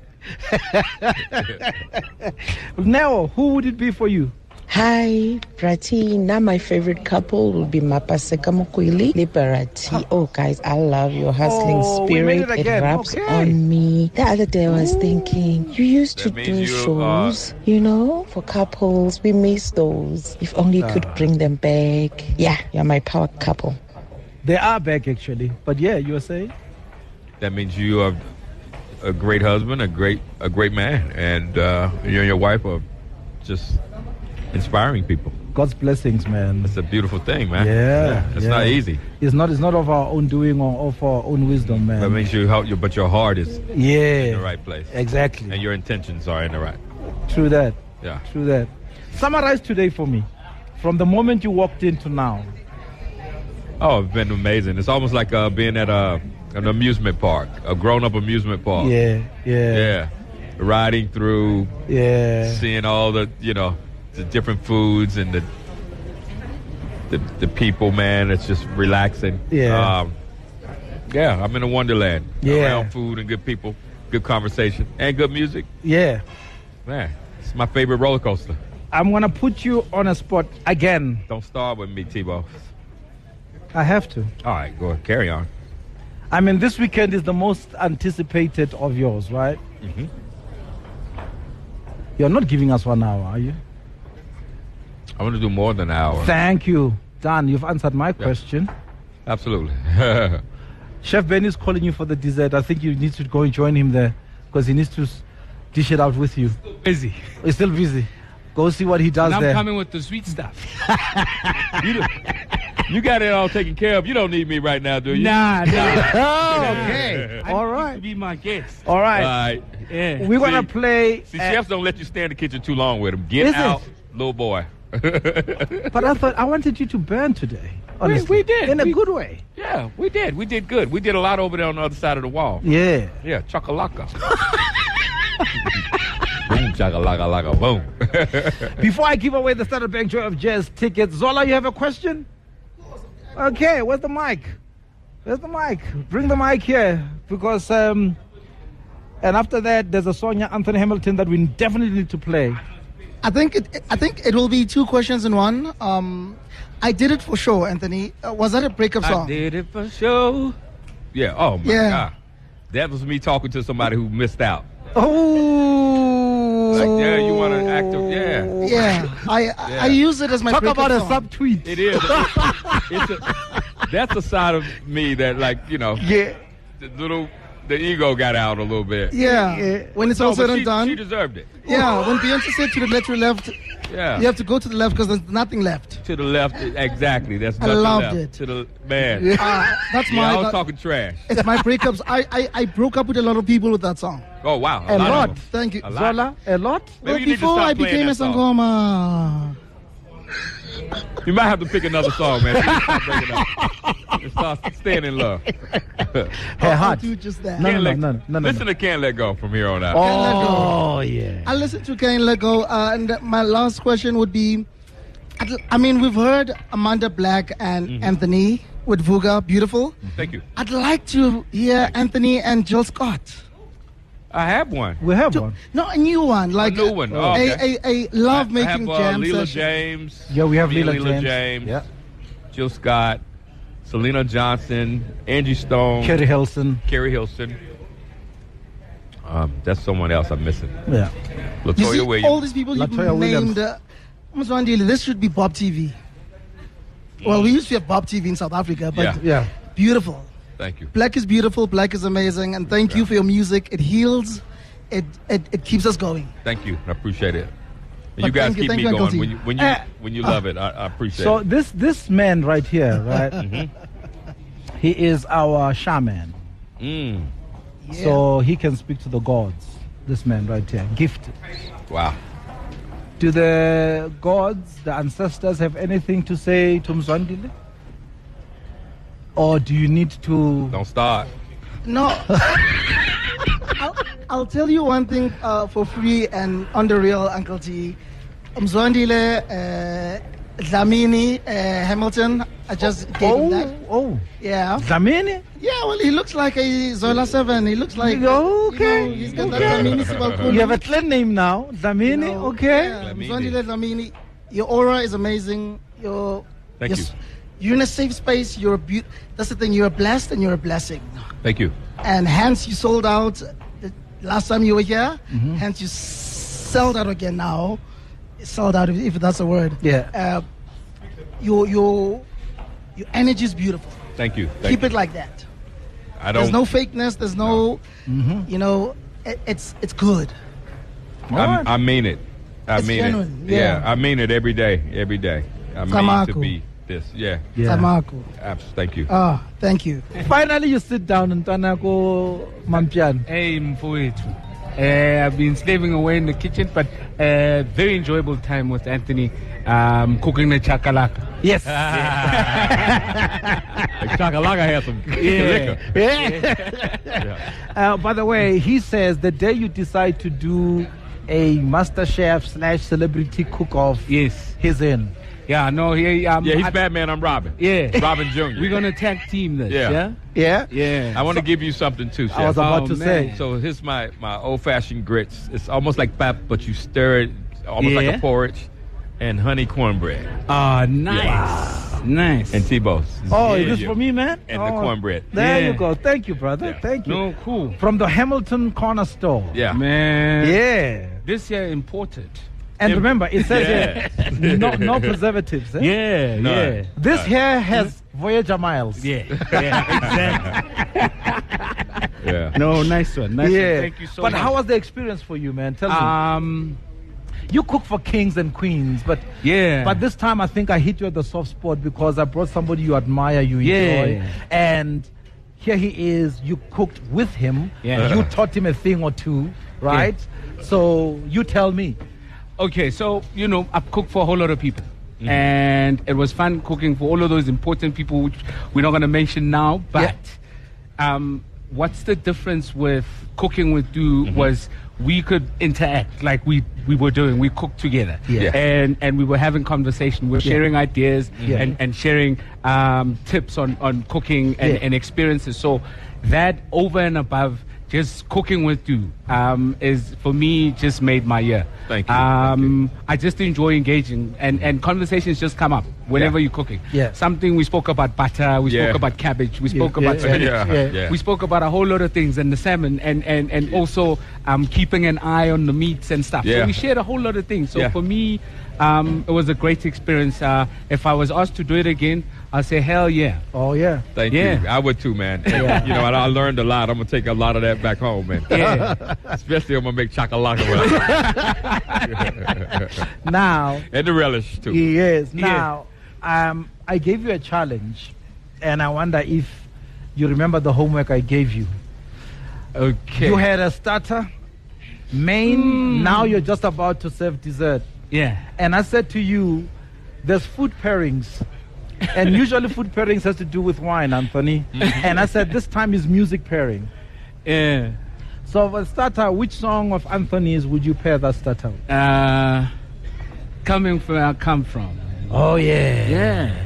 Speaker 2: now, who would it be for you?
Speaker 20: Hi, Bratina. My favorite couple will be Mapaseka Mukwili, Liberati. Oh, guys, I love your hustling
Speaker 21: Oh, we made
Speaker 20: spirit.
Speaker 21: it again.
Speaker 20: rubs
Speaker 21: Okay.
Speaker 20: on me. The other day, I was thinking, you used to
Speaker 21: That
Speaker 20: do
Speaker 21: means you uh, are-
Speaker 20: shows, you know, for couples. We miss those. If only you could
Speaker 2: Ah.
Speaker 20: bring them back. Yeah, you're my power couple.
Speaker 2: They are back, actually. But yeah, you were saying?
Speaker 14: That means you are a great husband, a great a great man, and uh, you and your wife are just inspiring people.
Speaker 2: God's blessings, man.
Speaker 14: It's a beautiful thing, man.
Speaker 2: Yeah,
Speaker 14: it's
Speaker 2: yeah.
Speaker 14: not easy.
Speaker 2: It's not, it's not of our own doing or of our own wisdom, man.
Speaker 14: That makes you help you, but your heart is
Speaker 2: Yeah.
Speaker 14: in the right place.
Speaker 2: Exactly.
Speaker 14: And your intentions are in the right.
Speaker 2: True that.
Speaker 14: Yeah.
Speaker 2: True that. Summarize today for me. From the moment you walked in to now.
Speaker 14: Oh, it's been amazing. It's almost like uh, being at a an amusement park, a grown up amusement park.
Speaker 2: Yeah, yeah.
Speaker 14: Yeah. Riding through.
Speaker 2: Yeah.
Speaker 14: Seeing all the you know the different foods and the the, the people, man. It's just relaxing.
Speaker 2: Yeah.
Speaker 14: Um, yeah, I'm in a wonderland.
Speaker 2: Yeah.
Speaker 14: Around food and good people, good conversation, and good music.
Speaker 2: Yeah.
Speaker 14: Man, it's my favorite roller coaster.
Speaker 2: I'm going to put you on a spot again.
Speaker 14: Don't start with me, T-Bow.
Speaker 2: I have to.
Speaker 14: All right, go ahead, carry on.
Speaker 2: I mean, this weekend is the most anticipated of yours, right?
Speaker 14: Mhm.
Speaker 2: You're not giving us one hour, are you?
Speaker 14: I want to do more than an hour.
Speaker 2: Thank you. Dan, you've answered my question.
Speaker 14: Absolutely.
Speaker 2: Chef Ben is calling you for the dessert. I think you need to go and join him there because he needs to s- dish it out with you.
Speaker 22: busy.
Speaker 2: He's still busy. Go see what he does
Speaker 22: And I'm
Speaker 2: there.
Speaker 22: coming with the sweet stuff.
Speaker 14: you got it all taken care of. You don't need me right now, do you?
Speaker 22: Nah, nah.
Speaker 14: Oh, okay.
Speaker 22: All right. Be my guest.
Speaker 2: All right.
Speaker 22: Yeah.
Speaker 2: We're going to play.
Speaker 14: See, chefs don't let you stay in the kitchen too long with them. Get
Speaker 2: Listen.
Speaker 14: out, little boy.
Speaker 2: But I thought I wanted you to burn today. Honestly.
Speaker 14: we did.
Speaker 2: In a
Speaker 14: We-
Speaker 2: good way.
Speaker 14: yeah, we did. We did good. We did a lot over there on the other side of the wall.
Speaker 2: Yeah.
Speaker 14: Yeah, chakalaka. boom, chakalaka, laka, boom.
Speaker 2: Before I give away the Standard Bank Joy of Jazz tickets, Zola, you have a question? Okay, where's the mic? Where's the mic? Bring the mic here because, um, and after that, there's a song, yeah, Anthony Hamilton, that we definitely need to play.
Speaker 10: I think it, I think it will be two questions in one. Um, I did it for sure, Anthony. Uh, was that a breakup
Speaker 14: I
Speaker 10: song?
Speaker 14: did it for sure. yeah, oh my
Speaker 10: Yeah.
Speaker 14: God. That was me talking to somebody who missed out.
Speaker 2: Oh.
Speaker 14: Like, yeah, you want to act, a- yeah.
Speaker 10: Yeah, I I-
Speaker 14: Yeah.
Speaker 10: I use it as my
Speaker 14: Talk
Speaker 10: breakup
Speaker 14: about a
Speaker 10: song.
Speaker 2: subtweet.
Speaker 14: It is. It's a, that's a side of me that, like, you know,
Speaker 2: Yeah.
Speaker 14: the little the ego got out a little bit.
Speaker 10: Yeah. When it's
Speaker 14: No,
Speaker 10: all
Speaker 14: but
Speaker 10: said and
Speaker 14: she-
Speaker 10: done.
Speaker 14: she deserved it.
Speaker 10: Yeah. When Beyonce said to the left, you left.
Speaker 14: Yeah.
Speaker 10: You have to go to the left because there's nothing left.
Speaker 14: To the left, exactly. That's
Speaker 10: I
Speaker 14: nothing
Speaker 10: loved
Speaker 14: left.
Speaker 10: it.
Speaker 14: To the man.
Speaker 10: Ah, that's
Speaker 14: yeah,
Speaker 10: my-
Speaker 14: I was
Speaker 10: that-
Speaker 14: talking trash.
Speaker 10: It's my breakups. I, I, I broke up with a lot of people with that song.
Speaker 14: Oh wow,
Speaker 10: A
Speaker 14: of
Speaker 10: lot.
Speaker 14: them.
Speaker 10: Thank you.
Speaker 14: A lot.
Speaker 10: Zola, a lot.
Speaker 14: Maybe
Speaker 10: Well,
Speaker 14: you need to
Speaker 10: before
Speaker 14: stop
Speaker 10: I
Speaker 14: playing
Speaker 10: became a
Speaker 14: that song.
Speaker 10: sangoma.
Speaker 14: You might have to pick another song, man. Stop breaking up. It's not staying in love.
Speaker 10: Hey, heart. do just that.
Speaker 14: Can't let-
Speaker 2: no, no, no.
Speaker 14: Listen to Can't Let Go from here on out.
Speaker 10: Can't Let Go.
Speaker 2: Oh, yeah.
Speaker 10: I listened to Kane Lego, uh, and my last question would be I'd l- I mean, we've heard Amanda Black and
Speaker 14: Mm-hmm.
Speaker 10: Anthony with Vuga, beautiful.
Speaker 14: Thank you.
Speaker 10: I'd like to hear Anthony and Jill Scott.
Speaker 14: I have one.
Speaker 2: We have one.
Speaker 10: No, a new one, like
Speaker 14: new one. Oh,
Speaker 10: a,
Speaker 14: okay.
Speaker 10: a, a love
Speaker 14: I have
Speaker 10: making
Speaker 14: uh,
Speaker 10: jam
Speaker 14: Leela
Speaker 10: session.
Speaker 14: James.
Speaker 2: Yeah, we have
Speaker 14: me,
Speaker 2: Leela
Speaker 14: Leela
Speaker 2: James.
Speaker 14: Yeah. Jill Scott, Selena Johnson, Angie Stone,
Speaker 2: Kerry Hilson.
Speaker 14: Carrie Hilson. Um, that's someone else I'm missing.
Speaker 2: Yeah.
Speaker 10: You see,
Speaker 14: Latoya Williams.
Speaker 10: all these people you've
Speaker 2: Latoya Williams.
Speaker 10: named. Uh, Ms. Wandile, this should be Bob TV. Well, we used to have Bob TV in South Africa, but
Speaker 14: Yeah. Yeah.
Speaker 10: beautiful.
Speaker 14: Thank you.
Speaker 10: Black is beautiful. Black is amazing. And thank you for your music. It heals. It it, it keeps us going.
Speaker 14: Thank you. I appreciate it.
Speaker 10: But
Speaker 14: you guys
Speaker 10: thank you,
Speaker 14: keep
Speaker 10: thank
Speaker 14: me
Speaker 10: you, Uncle
Speaker 14: going
Speaker 10: T.
Speaker 14: when you when you
Speaker 10: Eh,
Speaker 14: when you love it. I, I appreciate
Speaker 2: So
Speaker 14: it. Mm-hmm.
Speaker 2: this this man right here, right? He is our shaman.
Speaker 14: Mm.
Speaker 2: So he can speak to the gods. This man right here, gifted.
Speaker 14: Wow.
Speaker 2: Do the gods, the ancestors, have anything to say to Mzwandile? Or do you need to?
Speaker 14: Don't start.
Speaker 10: No. I'll, I'll tell you one thing uh, for free and on the real, Uncle T. Mzwandile, uh, Dlamini, uh, Hamilton. I just gave him that.
Speaker 2: Oh.
Speaker 10: Yeah.
Speaker 2: Dlamini?
Speaker 10: Yeah, well, he looks like a Zola 7. He looks like.
Speaker 2: okay.
Speaker 10: You know, he's got
Speaker 2: Okay.
Speaker 10: that Dlamini Sibakulu.
Speaker 2: You have a clean name now, Dlamini. okay.
Speaker 10: Yeah, Mzwandile Dlamini. Your aura is amazing. Your,
Speaker 14: Thank
Speaker 10: your
Speaker 14: you.
Speaker 10: s- You're in a safe space. You're a beaut. That's the thing. You're blessed and you're a blessing.
Speaker 14: Thank you.
Speaker 10: And hence you sold out the last time you were here. Hence you s- sold out again now. Sold out, if- if that's a word.
Speaker 2: Yeah.
Speaker 10: Uh, your your your energy is beautiful.
Speaker 14: Thank you. Thank
Speaker 10: Keep
Speaker 14: you.
Speaker 10: it like that.
Speaker 14: I
Speaker 10: There's
Speaker 14: don't. Mm-hmm.
Speaker 10: no fakeness. There's no, you know, it, it's it's good.
Speaker 14: I'm- I mean it. I
Speaker 10: It's
Speaker 14: mean
Speaker 10: genuine,
Speaker 14: it. Yeah.
Speaker 10: yeah.
Speaker 14: I mean it every day. Every day. I mean to
Speaker 10: Tamako.
Speaker 14: be this. Yeah.
Speaker 10: Yeah. Tamako.
Speaker 14: Abs- thank you.
Speaker 10: Ah, thank you.
Speaker 2: Finally, you sit down and Tanako Mampian.
Speaker 15: Hey, Mfowethu. Uh, I've been slaving away in the kitchen, but uh, very enjoyable time with Anthony um, cooking the chakalaka.
Speaker 2: Yes.
Speaker 14: Chakalaka has some
Speaker 15: Yeah.
Speaker 14: liquor.
Speaker 2: Yeah. Uh, by the way, he says the day you decide to do a master chef slash celebrity cook off,
Speaker 15: yes,
Speaker 2: he's in.
Speaker 15: Yeah, no, he. Um,
Speaker 14: Yeah, he's
Speaker 15: I-
Speaker 14: Batman. I'm Robin.
Speaker 15: Yeah.
Speaker 14: Robin Jr.
Speaker 15: We're gonna tag team this.
Speaker 14: Yeah.
Speaker 2: Yeah.
Speaker 15: Yeah. Yeah.
Speaker 14: I want to give you something too. Chef.
Speaker 2: I was about
Speaker 15: Oh,
Speaker 2: to say.
Speaker 14: So here's my my old fashioned grits. It's almost like pap, but you stir it almost like
Speaker 15: Yeah.
Speaker 14: a porridge, and honey cornbread.
Speaker 15: Ah, nice, Uh, nice.
Speaker 14: And T-Bones.
Speaker 2: Oh,
Speaker 14: Yeah,
Speaker 2: is this
Speaker 14: yeah.
Speaker 2: for me, man?
Speaker 14: And
Speaker 2: oh,
Speaker 14: the cornbread.
Speaker 2: There
Speaker 14: Yeah.
Speaker 2: you go. Thank you, brother. Thank you.
Speaker 15: No, cool.
Speaker 2: From the Hamilton Corner Store.
Speaker 14: Yeah.
Speaker 15: Man.
Speaker 2: Yeah.
Speaker 15: This year imported.
Speaker 2: And remember, it says
Speaker 15: Yeah.
Speaker 2: here, no, no preservatives. eh?
Speaker 15: Yeah, None. yeah.
Speaker 2: This hair has Voyager miles.
Speaker 15: Yeah, yeah, exactly.
Speaker 14: yeah.
Speaker 15: No, nice one. Nice
Speaker 2: yeah.
Speaker 15: one. Thank you so
Speaker 2: but
Speaker 15: much.
Speaker 2: how was the experience for you, man? Tell
Speaker 15: um,
Speaker 2: me. You cook for kings and queens, but
Speaker 15: Yeah.
Speaker 2: But this time I think I hit you at the soft spot because I brought somebody you admire, you enjoy,
Speaker 15: Yeah.
Speaker 2: and here he is. You cooked with him.
Speaker 15: Yeah.
Speaker 2: You taught him a thing or two, right? So you tell me.
Speaker 15: Okay, so you know, I've cooked for a whole lot of people.
Speaker 2: Mm-hmm.
Speaker 15: And it was fun cooking for all of those important people which we're not gonna mention now, but um, what's the difference with cooking with you
Speaker 2: Mm-hmm.
Speaker 15: was we could interact like we, we were doing. We cooked together.
Speaker 2: Yeah.
Speaker 15: And and we were having conversation. We're
Speaker 2: Yeah.
Speaker 15: sharing ideas
Speaker 2: Yeah.
Speaker 15: and, and sharing um, tips on, on cooking and,
Speaker 2: Yeah.
Speaker 15: and experiences. So that over and above just cooking with you um, is for me just made my year.
Speaker 14: Thank you.
Speaker 15: Um, I just enjoy engaging, and, and conversations just come up. whenever you're cooking.
Speaker 2: Yeah.
Speaker 15: Something we spoke about butter, we
Speaker 2: Yeah.
Speaker 15: spoke about cabbage, we
Speaker 2: Yeah,
Speaker 15: spoke
Speaker 2: yeah,
Speaker 15: about
Speaker 2: yeah,
Speaker 15: spinach,
Speaker 2: yeah, yeah.
Speaker 15: we spoke about a whole lot of things and the salmon and, and, and also um, keeping an eye on the meats and stuff.
Speaker 14: Yeah.
Speaker 15: So we shared a whole lot of things. So
Speaker 14: Yeah.
Speaker 15: for me, um, it was a great experience. Uh, if I was asked to do it again, I'll say hell yeah.
Speaker 2: Oh yeah.
Speaker 14: Thank you. I would too, man. And,
Speaker 15: Yeah.
Speaker 14: You know, I, I learned a lot. I'm gonna take a lot of that back home, man.
Speaker 15: Yeah.
Speaker 14: Especially I'm gonna make chocolate with it.
Speaker 2: Now,
Speaker 14: and the relish too.
Speaker 2: Yes.
Speaker 14: Yeah.
Speaker 2: Now, um, I gave you a challenge, and I wonder if you remember the homework I gave you.
Speaker 15: Okay. Hmm.
Speaker 2: You had a starter, main. Now you're just about to serve dessert.
Speaker 15: Yeah.
Speaker 2: And I said to you, there's food pairings. and usually food pairings has to do with wine, Anthony. and I said this time is music pairing.
Speaker 15: Mm-hmm. Yeah.
Speaker 2: So for starter, which song of Anthony's would you pair that starter with?
Speaker 15: Uh, coming from where I come from.
Speaker 2: Oh, yeah.
Speaker 15: Yeah.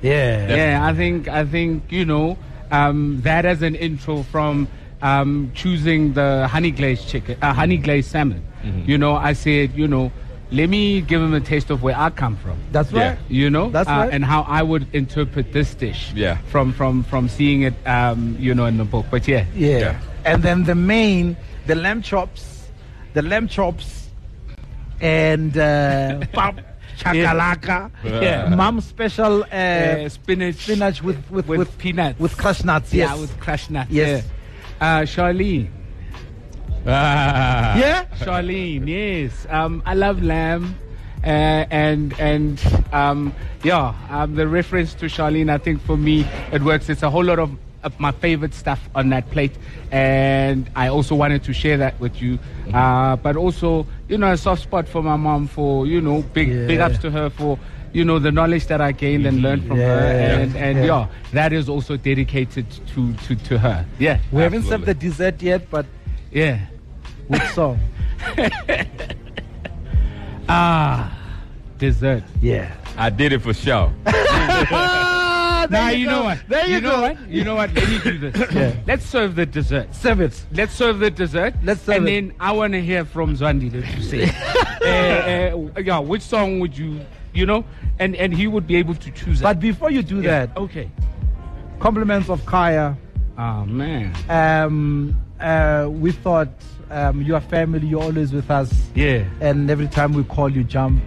Speaker 2: Yeah.
Speaker 15: Yeah, I think I think, you know, um, that as an intro from um, choosing the honey glazed chicken uh, honey glazed salmon.
Speaker 14: Mm-hmm.
Speaker 15: You know, I said, you know, let me give him a taste of where I come from.
Speaker 2: That's
Speaker 15: Yeah.
Speaker 2: right.
Speaker 15: You know?
Speaker 2: That's
Speaker 15: uh,
Speaker 2: right.
Speaker 15: And how I would interpret this dish.
Speaker 14: Yeah.
Speaker 15: From from from seeing it um, you know, in the book. But yeah.
Speaker 2: Yeah. And then the main, the lamb chops, the lamb chops, and uh, pap chakalaka.
Speaker 15: Yeah.
Speaker 2: Mom special uh,
Speaker 15: Uh, spinach.
Speaker 2: spinach with with, with,
Speaker 15: peanuts.
Speaker 2: with crushed nuts. Yes.
Speaker 15: Yeah, with crushed nuts.
Speaker 2: Yes.
Speaker 15: Yeah. Uh, Charlene.
Speaker 2: Yeah?
Speaker 15: Charlene, yes. Um, I love lamb. Uh, and and um, yeah, um, the reference to Charlene, I think for me, it works. It's a whole lot of, of my favorite stuff on that plate. And I also wanted to share that with you.
Speaker 2: Mm-hmm.
Speaker 15: Uh, but also, you know, a soft spot for my mom for, you know, big, big
Speaker 2: Yeah.
Speaker 15: ups to her for, you know, the knowledge that I gained and learned from her.
Speaker 2: Yeah.
Speaker 15: And, and
Speaker 2: Yeah.
Speaker 15: yeah. that is also dedicated to, to, to her. Yeah.
Speaker 2: We haven't served the dessert yet, but
Speaker 15: Yeah.
Speaker 2: which song?
Speaker 15: Ah, dessert.
Speaker 2: Yeah.
Speaker 14: I did it for sure.
Speaker 15: now you, know what?
Speaker 2: There you,
Speaker 15: know what? You know what? Let me do this. Let's serve the dessert.
Speaker 2: Serve it.
Speaker 15: Let's serve the dessert.
Speaker 2: Let's serve
Speaker 15: and
Speaker 2: it.
Speaker 15: then I want to hear from Zwandi that you say, uh, uh, yeah, which song would you, you know, and and he would be able to choose.
Speaker 2: But
Speaker 15: it.
Speaker 2: before you do
Speaker 15: Yeah,
Speaker 2: that,
Speaker 15: okay.
Speaker 2: compliments of Kaya.
Speaker 15: Oh man.
Speaker 2: Um, uh, we thought um, you are family, you're always with us.
Speaker 15: Yeah.
Speaker 2: And every time we call, you jump.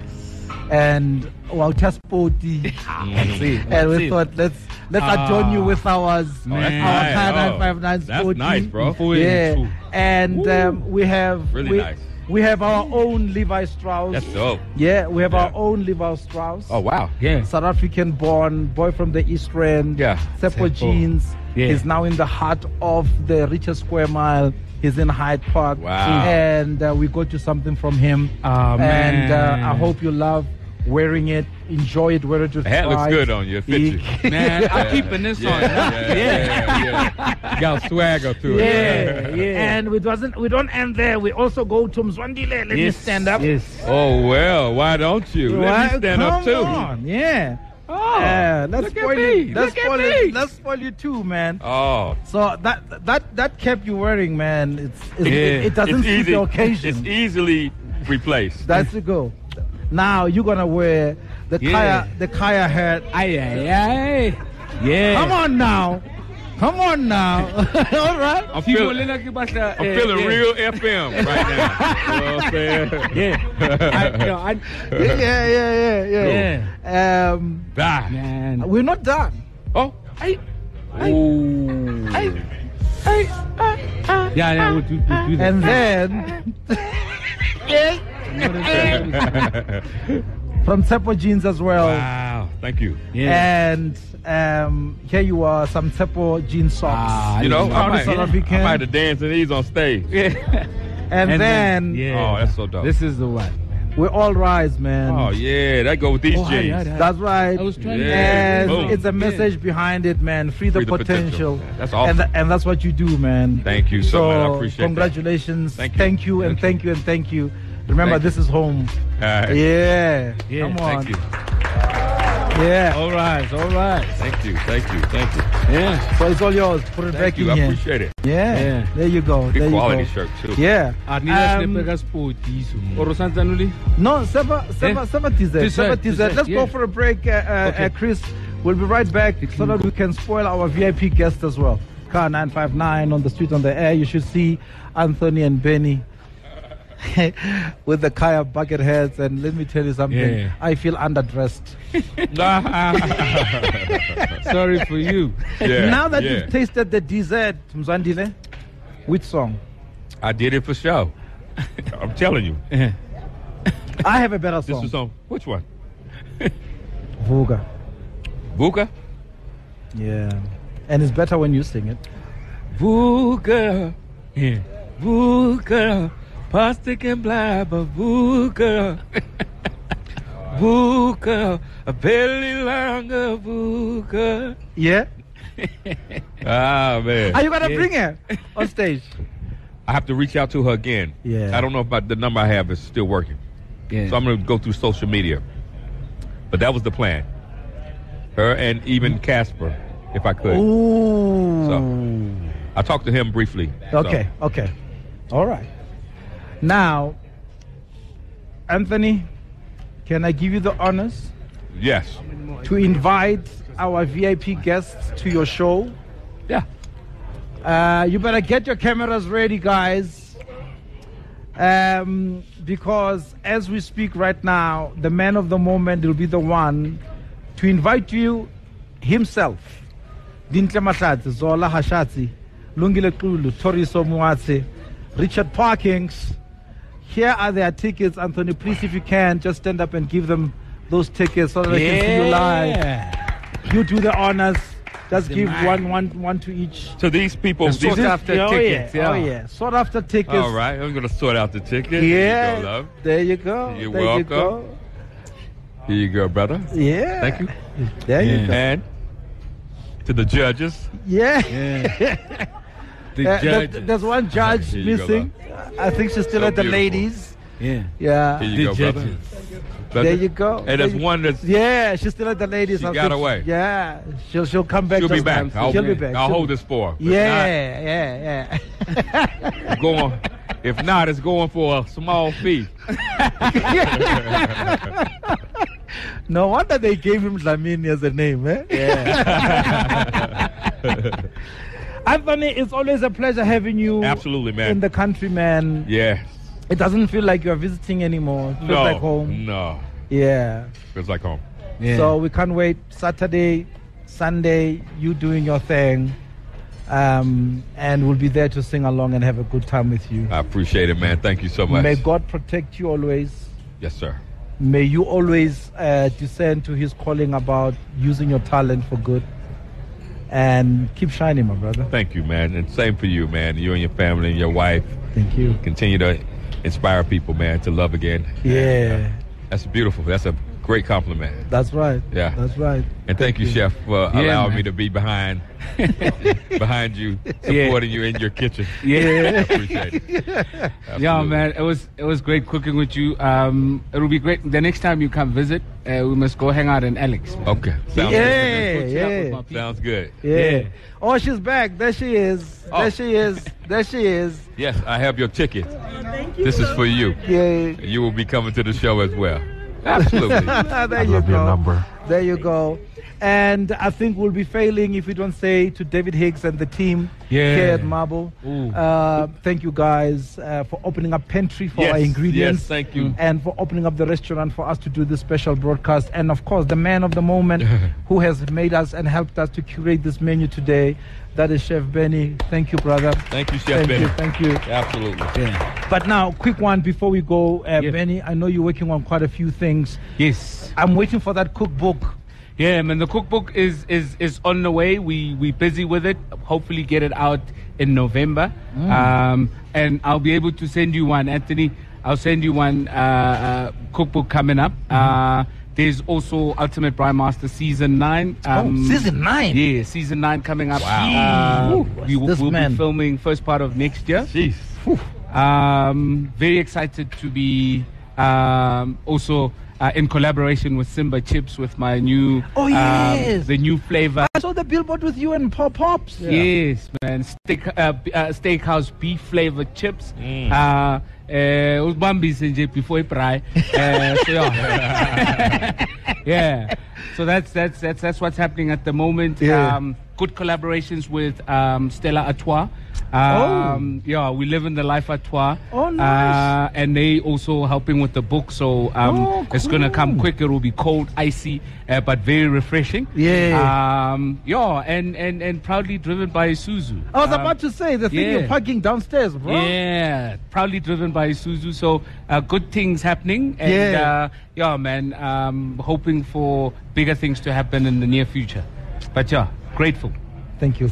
Speaker 2: And well, just sporty.
Speaker 15: That's it,
Speaker 2: And
Speaker 15: that's
Speaker 2: we
Speaker 15: it.
Speaker 2: thought let's let's
Speaker 15: Ah.
Speaker 2: adorn you with ours,
Speaker 15: Oh, that's
Speaker 2: our
Speaker 15: nice.
Speaker 2: Kaya
Speaker 15: Oh,
Speaker 2: 959
Speaker 14: that's
Speaker 2: sporty.
Speaker 14: nice, bro. Full
Speaker 2: Yeah.
Speaker 14: two.
Speaker 2: And um, we have
Speaker 14: Really
Speaker 2: we,
Speaker 14: nice.
Speaker 2: We have our own Levi Strauss.
Speaker 14: That's dope.
Speaker 2: Yeah, we have our own Levi Strauss.
Speaker 14: Oh wow.
Speaker 15: Yeah.
Speaker 2: South African born, boy from the East Rand. Yeah. Seppo
Speaker 15: Seppo.
Speaker 2: Jeans.
Speaker 15: Yeah.
Speaker 2: He's now in the heart of the richest square mile. He's in Hyde Park.
Speaker 14: Wow.
Speaker 2: And uh, we got to something from him.
Speaker 15: Ah,
Speaker 2: and
Speaker 15: man.
Speaker 2: uh, I hope you love wearing it. Enjoy it, wear it with
Speaker 14: The hat looks
Speaker 2: pride.
Speaker 14: good on you. It fits you.
Speaker 15: Man, I'm
Speaker 14: Yeah.
Speaker 15: keeping this
Speaker 14: Yeah,
Speaker 15: on.
Speaker 14: yeah, yeah, yeah. Got swagger to it.
Speaker 2: Yeah, yeah. And we doesn't we don't end there. We also go to Mzwandile. Let me stand up.
Speaker 15: Yes.
Speaker 14: Oh well, why don't you? Let
Speaker 2: Why-
Speaker 14: me stand
Speaker 2: come
Speaker 14: up too.
Speaker 2: on, Yeah. Oh, yeah, let's
Speaker 14: look at
Speaker 2: spoil
Speaker 14: me,
Speaker 2: you. Let's
Speaker 14: look at
Speaker 2: spoil
Speaker 14: me.
Speaker 2: you. Let's spoil you too, man.
Speaker 14: Oh.
Speaker 2: So that that that cap you're wearing, man, it's, it's it, it doesn't
Speaker 14: It's
Speaker 2: suit
Speaker 14: easy-
Speaker 2: the occasion.
Speaker 14: It's easily replaced.
Speaker 2: That's the goal. Now you're gonna wear the
Speaker 14: Yeah.
Speaker 2: kaya the kaya hat.
Speaker 15: Aye, aye, aye. Yeah.
Speaker 2: Come on now, come on now. All right.
Speaker 14: I'm
Speaker 15: People
Speaker 14: feeling,
Speaker 15: like you about to,
Speaker 14: I'm
Speaker 15: uh,
Speaker 14: feeling
Speaker 15: yeah.
Speaker 14: real FM right now. you know what I'm saying?
Speaker 15: Yeah. I, no, I,
Speaker 2: Yeah, yeah, yeah, yeah.
Speaker 15: Yeah.
Speaker 2: Um,
Speaker 14: Bye.
Speaker 15: man.
Speaker 2: we're not done.
Speaker 14: Oh.
Speaker 15: I, I, I, I, yeah, yeah, we'll do, we'll do that.
Speaker 2: And then from Seppo Jeans as well.
Speaker 14: wow. Thank you.
Speaker 2: And um, here you are, some Seppo jean socks.
Speaker 15: Ah,
Speaker 14: You know, I
Speaker 2: Proudest
Speaker 14: might,
Speaker 2: South
Speaker 14: I
Speaker 2: African.
Speaker 14: might have danced in these on stage.
Speaker 15: yeah.
Speaker 2: and, then
Speaker 15: yeah.
Speaker 14: Oh, that's so dope.
Speaker 15: This is the one.
Speaker 2: we all rise, man.
Speaker 14: oh yeah, that go with these
Speaker 15: Oh, hi, hi,
Speaker 14: jeans.
Speaker 15: hi.
Speaker 2: That's right.
Speaker 15: I was trying
Speaker 14: to-
Speaker 2: and
Speaker 14: Yeah, boom.
Speaker 2: it's a message behind it, man. Free the,
Speaker 14: Free the
Speaker 2: potential.
Speaker 14: potential. That's awesome.
Speaker 2: And, tha- and that's what you do, man.
Speaker 14: Thank you so, much. I appreciate
Speaker 2: congratulations.
Speaker 14: Thank you.
Speaker 2: Thank you and thank you and thank you. Remember,
Speaker 14: Thank
Speaker 2: this is home.
Speaker 14: that. All right.
Speaker 2: Yeah.
Speaker 15: Yeah,
Speaker 2: Come on.
Speaker 14: Thank you.
Speaker 2: Yeah.
Speaker 14: All right. All right. Thank you. Thank you. Thank you.
Speaker 2: Yeah. So it's all yours. Put it
Speaker 14: Thank
Speaker 2: back
Speaker 14: you.
Speaker 2: in
Speaker 14: I
Speaker 2: here.
Speaker 14: appreciate it.
Speaker 2: Yeah.
Speaker 14: Yeah.
Speaker 2: There you go.
Speaker 14: Big
Speaker 2: there you
Speaker 14: quality
Speaker 2: go.
Speaker 14: shirt, too.
Speaker 2: Yeah.
Speaker 15: Ah, nina
Speaker 2: Um,
Speaker 15: snipe ka sepodisi mo. Ore o santsa o le-
Speaker 2: No, Seba, Seba,
Speaker 15: Eh?
Speaker 2: Seba Tizet,
Speaker 15: Tizet,
Speaker 2: Seba Tizet.
Speaker 15: Tizet,
Speaker 2: Let's go
Speaker 15: yeah.
Speaker 2: for a break, uh, uh,
Speaker 15: Okay.
Speaker 2: uh, Chris. We'll be right back so that we can spoil our VIP guests as well. Car 959 on the street on the air. You should see Anthony and Benny with the Kaya bucket heads. And let me tell you something,
Speaker 15: Yeah.
Speaker 2: I feel underdressed.
Speaker 15: Sorry for you.
Speaker 2: now that
Speaker 14: yeah.
Speaker 2: you've tasted the dessert, Mzandile, which song?
Speaker 14: I did it for show. I'm telling you.
Speaker 2: I have a better
Speaker 14: This
Speaker 2: song.
Speaker 14: was on which one?
Speaker 2: Vuga.
Speaker 14: Vuka.
Speaker 2: Yeah. And it's better when you sing it.
Speaker 22: Vuka. Yeah. Vuka. Plastic and blabber. Vuka. Vuka. A belly longer. Vuka.
Speaker 2: Yeah.
Speaker 14: Ah man.
Speaker 2: Are you gonna
Speaker 14: Yeah.
Speaker 2: bring her on stage?
Speaker 14: I have to reach out to her again.
Speaker 2: Yeah.
Speaker 14: I don't know if I, the number I have is still working. Yeah. So I'm going to go through social media. But that was the plan. Her and even Casper, if I could.
Speaker 2: Ooh.
Speaker 14: So I talked to him briefly. so-
Speaker 2: Okay, okay. All right. Now, Anthony, can I give you the honors
Speaker 14: Yes.
Speaker 2: to invite our VIP guests to your show?
Speaker 14: Yeah.
Speaker 2: Uh, you better get your cameras ready, guys. Um, because as we speak right now, the man of the moment will be the one to invite you himself. Dintle Mahlatsi, Zola Hashatsi, Lungile Kulu, Toriso Muatse, Richard Parkings. Here are their tickets, Anthony. Please, if you can, just stand up and give them those tickets so that they can see you live. You do the honors. Just
Speaker 14: The
Speaker 2: give
Speaker 14: man.
Speaker 2: one, one, one to each.
Speaker 14: To these people,
Speaker 2: And
Speaker 14: these-
Speaker 2: sort after Yeah, oh, tickets, yeah, yeah. oh, yeah. Sort after tickets.
Speaker 14: All right, I'm gonna sort out the tickets. Here you go,
Speaker 2: Yeah,
Speaker 14: love.
Speaker 2: there you go.
Speaker 14: You're
Speaker 2: there You
Speaker 14: welcome.
Speaker 2: go.
Speaker 14: Here you go, brother.
Speaker 2: Yeah.
Speaker 14: Thank you.
Speaker 2: There you go.
Speaker 14: And to the judges.
Speaker 2: Yeah.
Speaker 14: The
Speaker 2: Uh, there-
Speaker 14: judges.
Speaker 2: there's one judge
Speaker 14: Here you go,
Speaker 2: missing. I think she's still
Speaker 14: So
Speaker 2: at the
Speaker 14: beautiful.
Speaker 2: ladies.
Speaker 15: Yeah.
Speaker 2: Yeah.
Speaker 14: Here you go, brother. Brother.
Speaker 2: There you go.
Speaker 14: And there's
Speaker 2: There you-
Speaker 14: one that's
Speaker 2: Yeah, she's still at the ladies.
Speaker 14: She
Speaker 2: I
Speaker 14: got
Speaker 2: think-
Speaker 14: away.
Speaker 2: Yeah, she'll she'll come back.
Speaker 14: She'll be
Speaker 2: just-
Speaker 14: back. I'll,
Speaker 2: she'll be back.
Speaker 14: I'll
Speaker 2: She'll-
Speaker 14: hold this for her. If
Speaker 2: Yeah, yeah,
Speaker 14: not, it's going. If not, it's going for a small fee.
Speaker 2: yeah. no wonder they gave him Dlamini as a name, eh? Anthony, it's always a pleasure having you.
Speaker 14: Absolutely, man.
Speaker 2: In the country, man.
Speaker 14: Yes.
Speaker 2: It doesn't feel like you're visiting anymore. It feels
Speaker 14: no. Mm-hmm.
Speaker 2: like home.
Speaker 14: No.
Speaker 2: Yeah.
Speaker 14: Feels like home.
Speaker 2: So we can't wait. Saturday, Sunday, you doing your thing. Um, and we'll be there to sing along and have a good time with you.
Speaker 14: I appreciate it, man. Thank you so much.
Speaker 2: May God protect you always.
Speaker 14: yes, sir.
Speaker 2: May you always uh, descend to his calling about using your talent for good. And keep shining, my brother.
Speaker 14: Thank you, man. And same for you, man. You and your family and your wife.
Speaker 2: Thank you.
Speaker 14: Continue to inspire people, man, to love again.
Speaker 2: Yeah,
Speaker 14: That's beautiful. That's a great compliment.
Speaker 2: that's right.
Speaker 14: Yeah.
Speaker 2: That's right.
Speaker 14: And thank, you, Chef, for
Speaker 2: Yeah,
Speaker 14: allowing
Speaker 2: man.
Speaker 14: me to be behind behind you,
Speaker 15: Yeah.
Speaker 14: supporting you in your kitchen.
Speaker 15: Yeah.
Speaker 14: I appreciate it.
Speaker 15: Yeah, man, it was it was great cooking with you. Um, it will be great the next time you come visit. Uh, we must go hang out in Alex. man.
Speaker 14: Okay. Sounds
Speaker 2: Yeah,
Speaker 14: good.
Speaker 2: yeah.
Speaker 14: Sounds good.
Speaker 2: Yeah. Oh, she's back. There she is.
Speaker 14: Oh.
Speaker 2: There she is. There she is.
Speaker 14: Yes, I have your ticket. this is for you.
Speaker 2: Yeah.
Speaker 14: You will be coming to the show as well. Absolutely.
Speaker 2: there you go. There you go. And I think we'll be failing if we don't say to David Higgs and the team
Speaker 15: Yeah.
Speaker 2: here at Marble. Uh, thank you guys uh, for opening up pantry for
Speaker 14: Yes,
Speaker 2: our ingredients.
Speaker 14: yes, thank you.
Speaker 2: And for opening up the restaurant for us to do this special broadcast. And of course, the man of the moment who has made us and helped us to curate this menu today. That is Chef Benny. Thank you, brother.
Speaker 14: Thank you, Chef
Speaker 2: Thank you,
Speaker 14: Benny.
Speaker 2: thank you.
Speaker 14: Absolutely.
Speaker 2: But now, quick one before we go, uh, Benny. I know you're working on quite a few things.
Speaker 15: Yes.
Speaker 2: I'm waiting for that cookbook.
Speaker 15: Yeah, man. The cookbook is is is on the way. We we busy with it. Hopefully, get it out in November.
Speaker 2: Mm.
Speaker 15: Um, and I'll be able to send you one, Anthony. I'll send you one uh, uh, cookbook coming up.
Speaker 2: Mm-hmm.
Speaker 15: Uh, there's also Ultimate Brine Master season nine. Um,
Speaker 2: Oh, season nine?
Speaker 15: Yeah, season nine coming up.
Speaker 2: Wow.
Speaker 15: Uh,
Speaker 2: Woo,
Speaker 15: we will
Speaker 2: this
Speaker 15: we'll
Speaker 2: man.
Speaker 15: be filming first part of next year. Um, very excited to be um, also uh, in collaboration with Simba Chips with my new
Speaker 2: Oh,
Speaker 15: um,
Speaker 2: yes.
Speaker 15: the new flavor.
Speaker 2: I saw the billboard with you and Pop Pops.
Speaker 15: Yes, man. Steak, uh, b- uh, steakhouse beef flavored chips. Uh, uh, Uzbambis and JP before Pry. Uh, so yeah. yeah. So that's that's that's that's what's happening at the moment.
Speaker 2: Yeah.
Speaker 15: Um, good collaborations with um, Stella Artois. Um, Yeah, we live in the life Artois.
Speaker 2: Oh, nice.
Speaker 15: Uh, and they also helping with the book, so um,
Speaker 2: Oh,
Speaker 15: it's gonna come
Speaker 2: cool.
Speaker 15: quick. It will be cold, icy, uh, but very refreshing.
Speaker 2: Yeah.
Speaker 15: Um, yeah, and, and, and proudly driven by Isuzu.
Speaker 2: I was
Speaker 15: Um,
Speaker 2: about to say Oh, the thing
Speaker 15: yeah.
Speaker 2: you're parking downstairs, bro.
Speaker 15: Yeah, proudly driven by Isuzu. So uh, good things happening. And,
Speaker 2: Yeah.
Speaker 15: Uh, yeah, man, um, hoping for bigger things to happen in the near future. But yeah, grateful
Speaker 2: Thank you.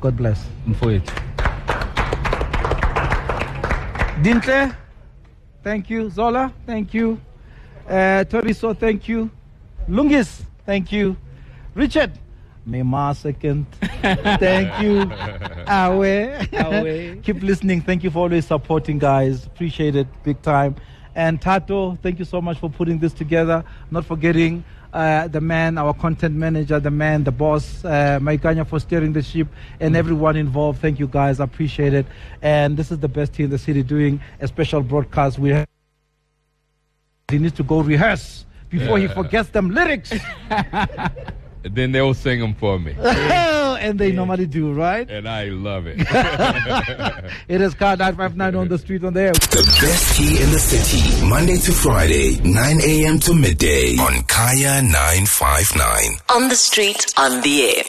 Speaker 2: God bless.
Speaker 15: for it.
Speaker 2: Dintle, thank you. Zola, thank you. Uh, Toriso, thank you. Lungis, thank you. Richard, Mema second, thank you. Awe.
Speaker 15: Awe.
Speaker 2: Keep listening. Thank you for always supporting, guys. Appreciate it big time. And Tato, thank you so much for putting this together. Not forgetting uh, the man, our content manager, the man, the boss, uh, Maikanya for steering the ship, and everyone involved. Thank you, guys. Appreciate it. And this is the best team in the city doing a special broadcast. We have he needs to go rehearse before he
Speaker 14: Yeah.
Speaker 2: forgets them lyrics.
Speaker 14: Uh, Then they'll sing them for me.
Speaker 2: and they normally do, right?
Speaker 14: And I love it.
Speaker 2: It is car 959 on the street on the air.
Speaker 1: Best tea in the city, Monday to Friday, 9 a.m. to midday on Kaya 959.
Speaker 16: On the street, on the air.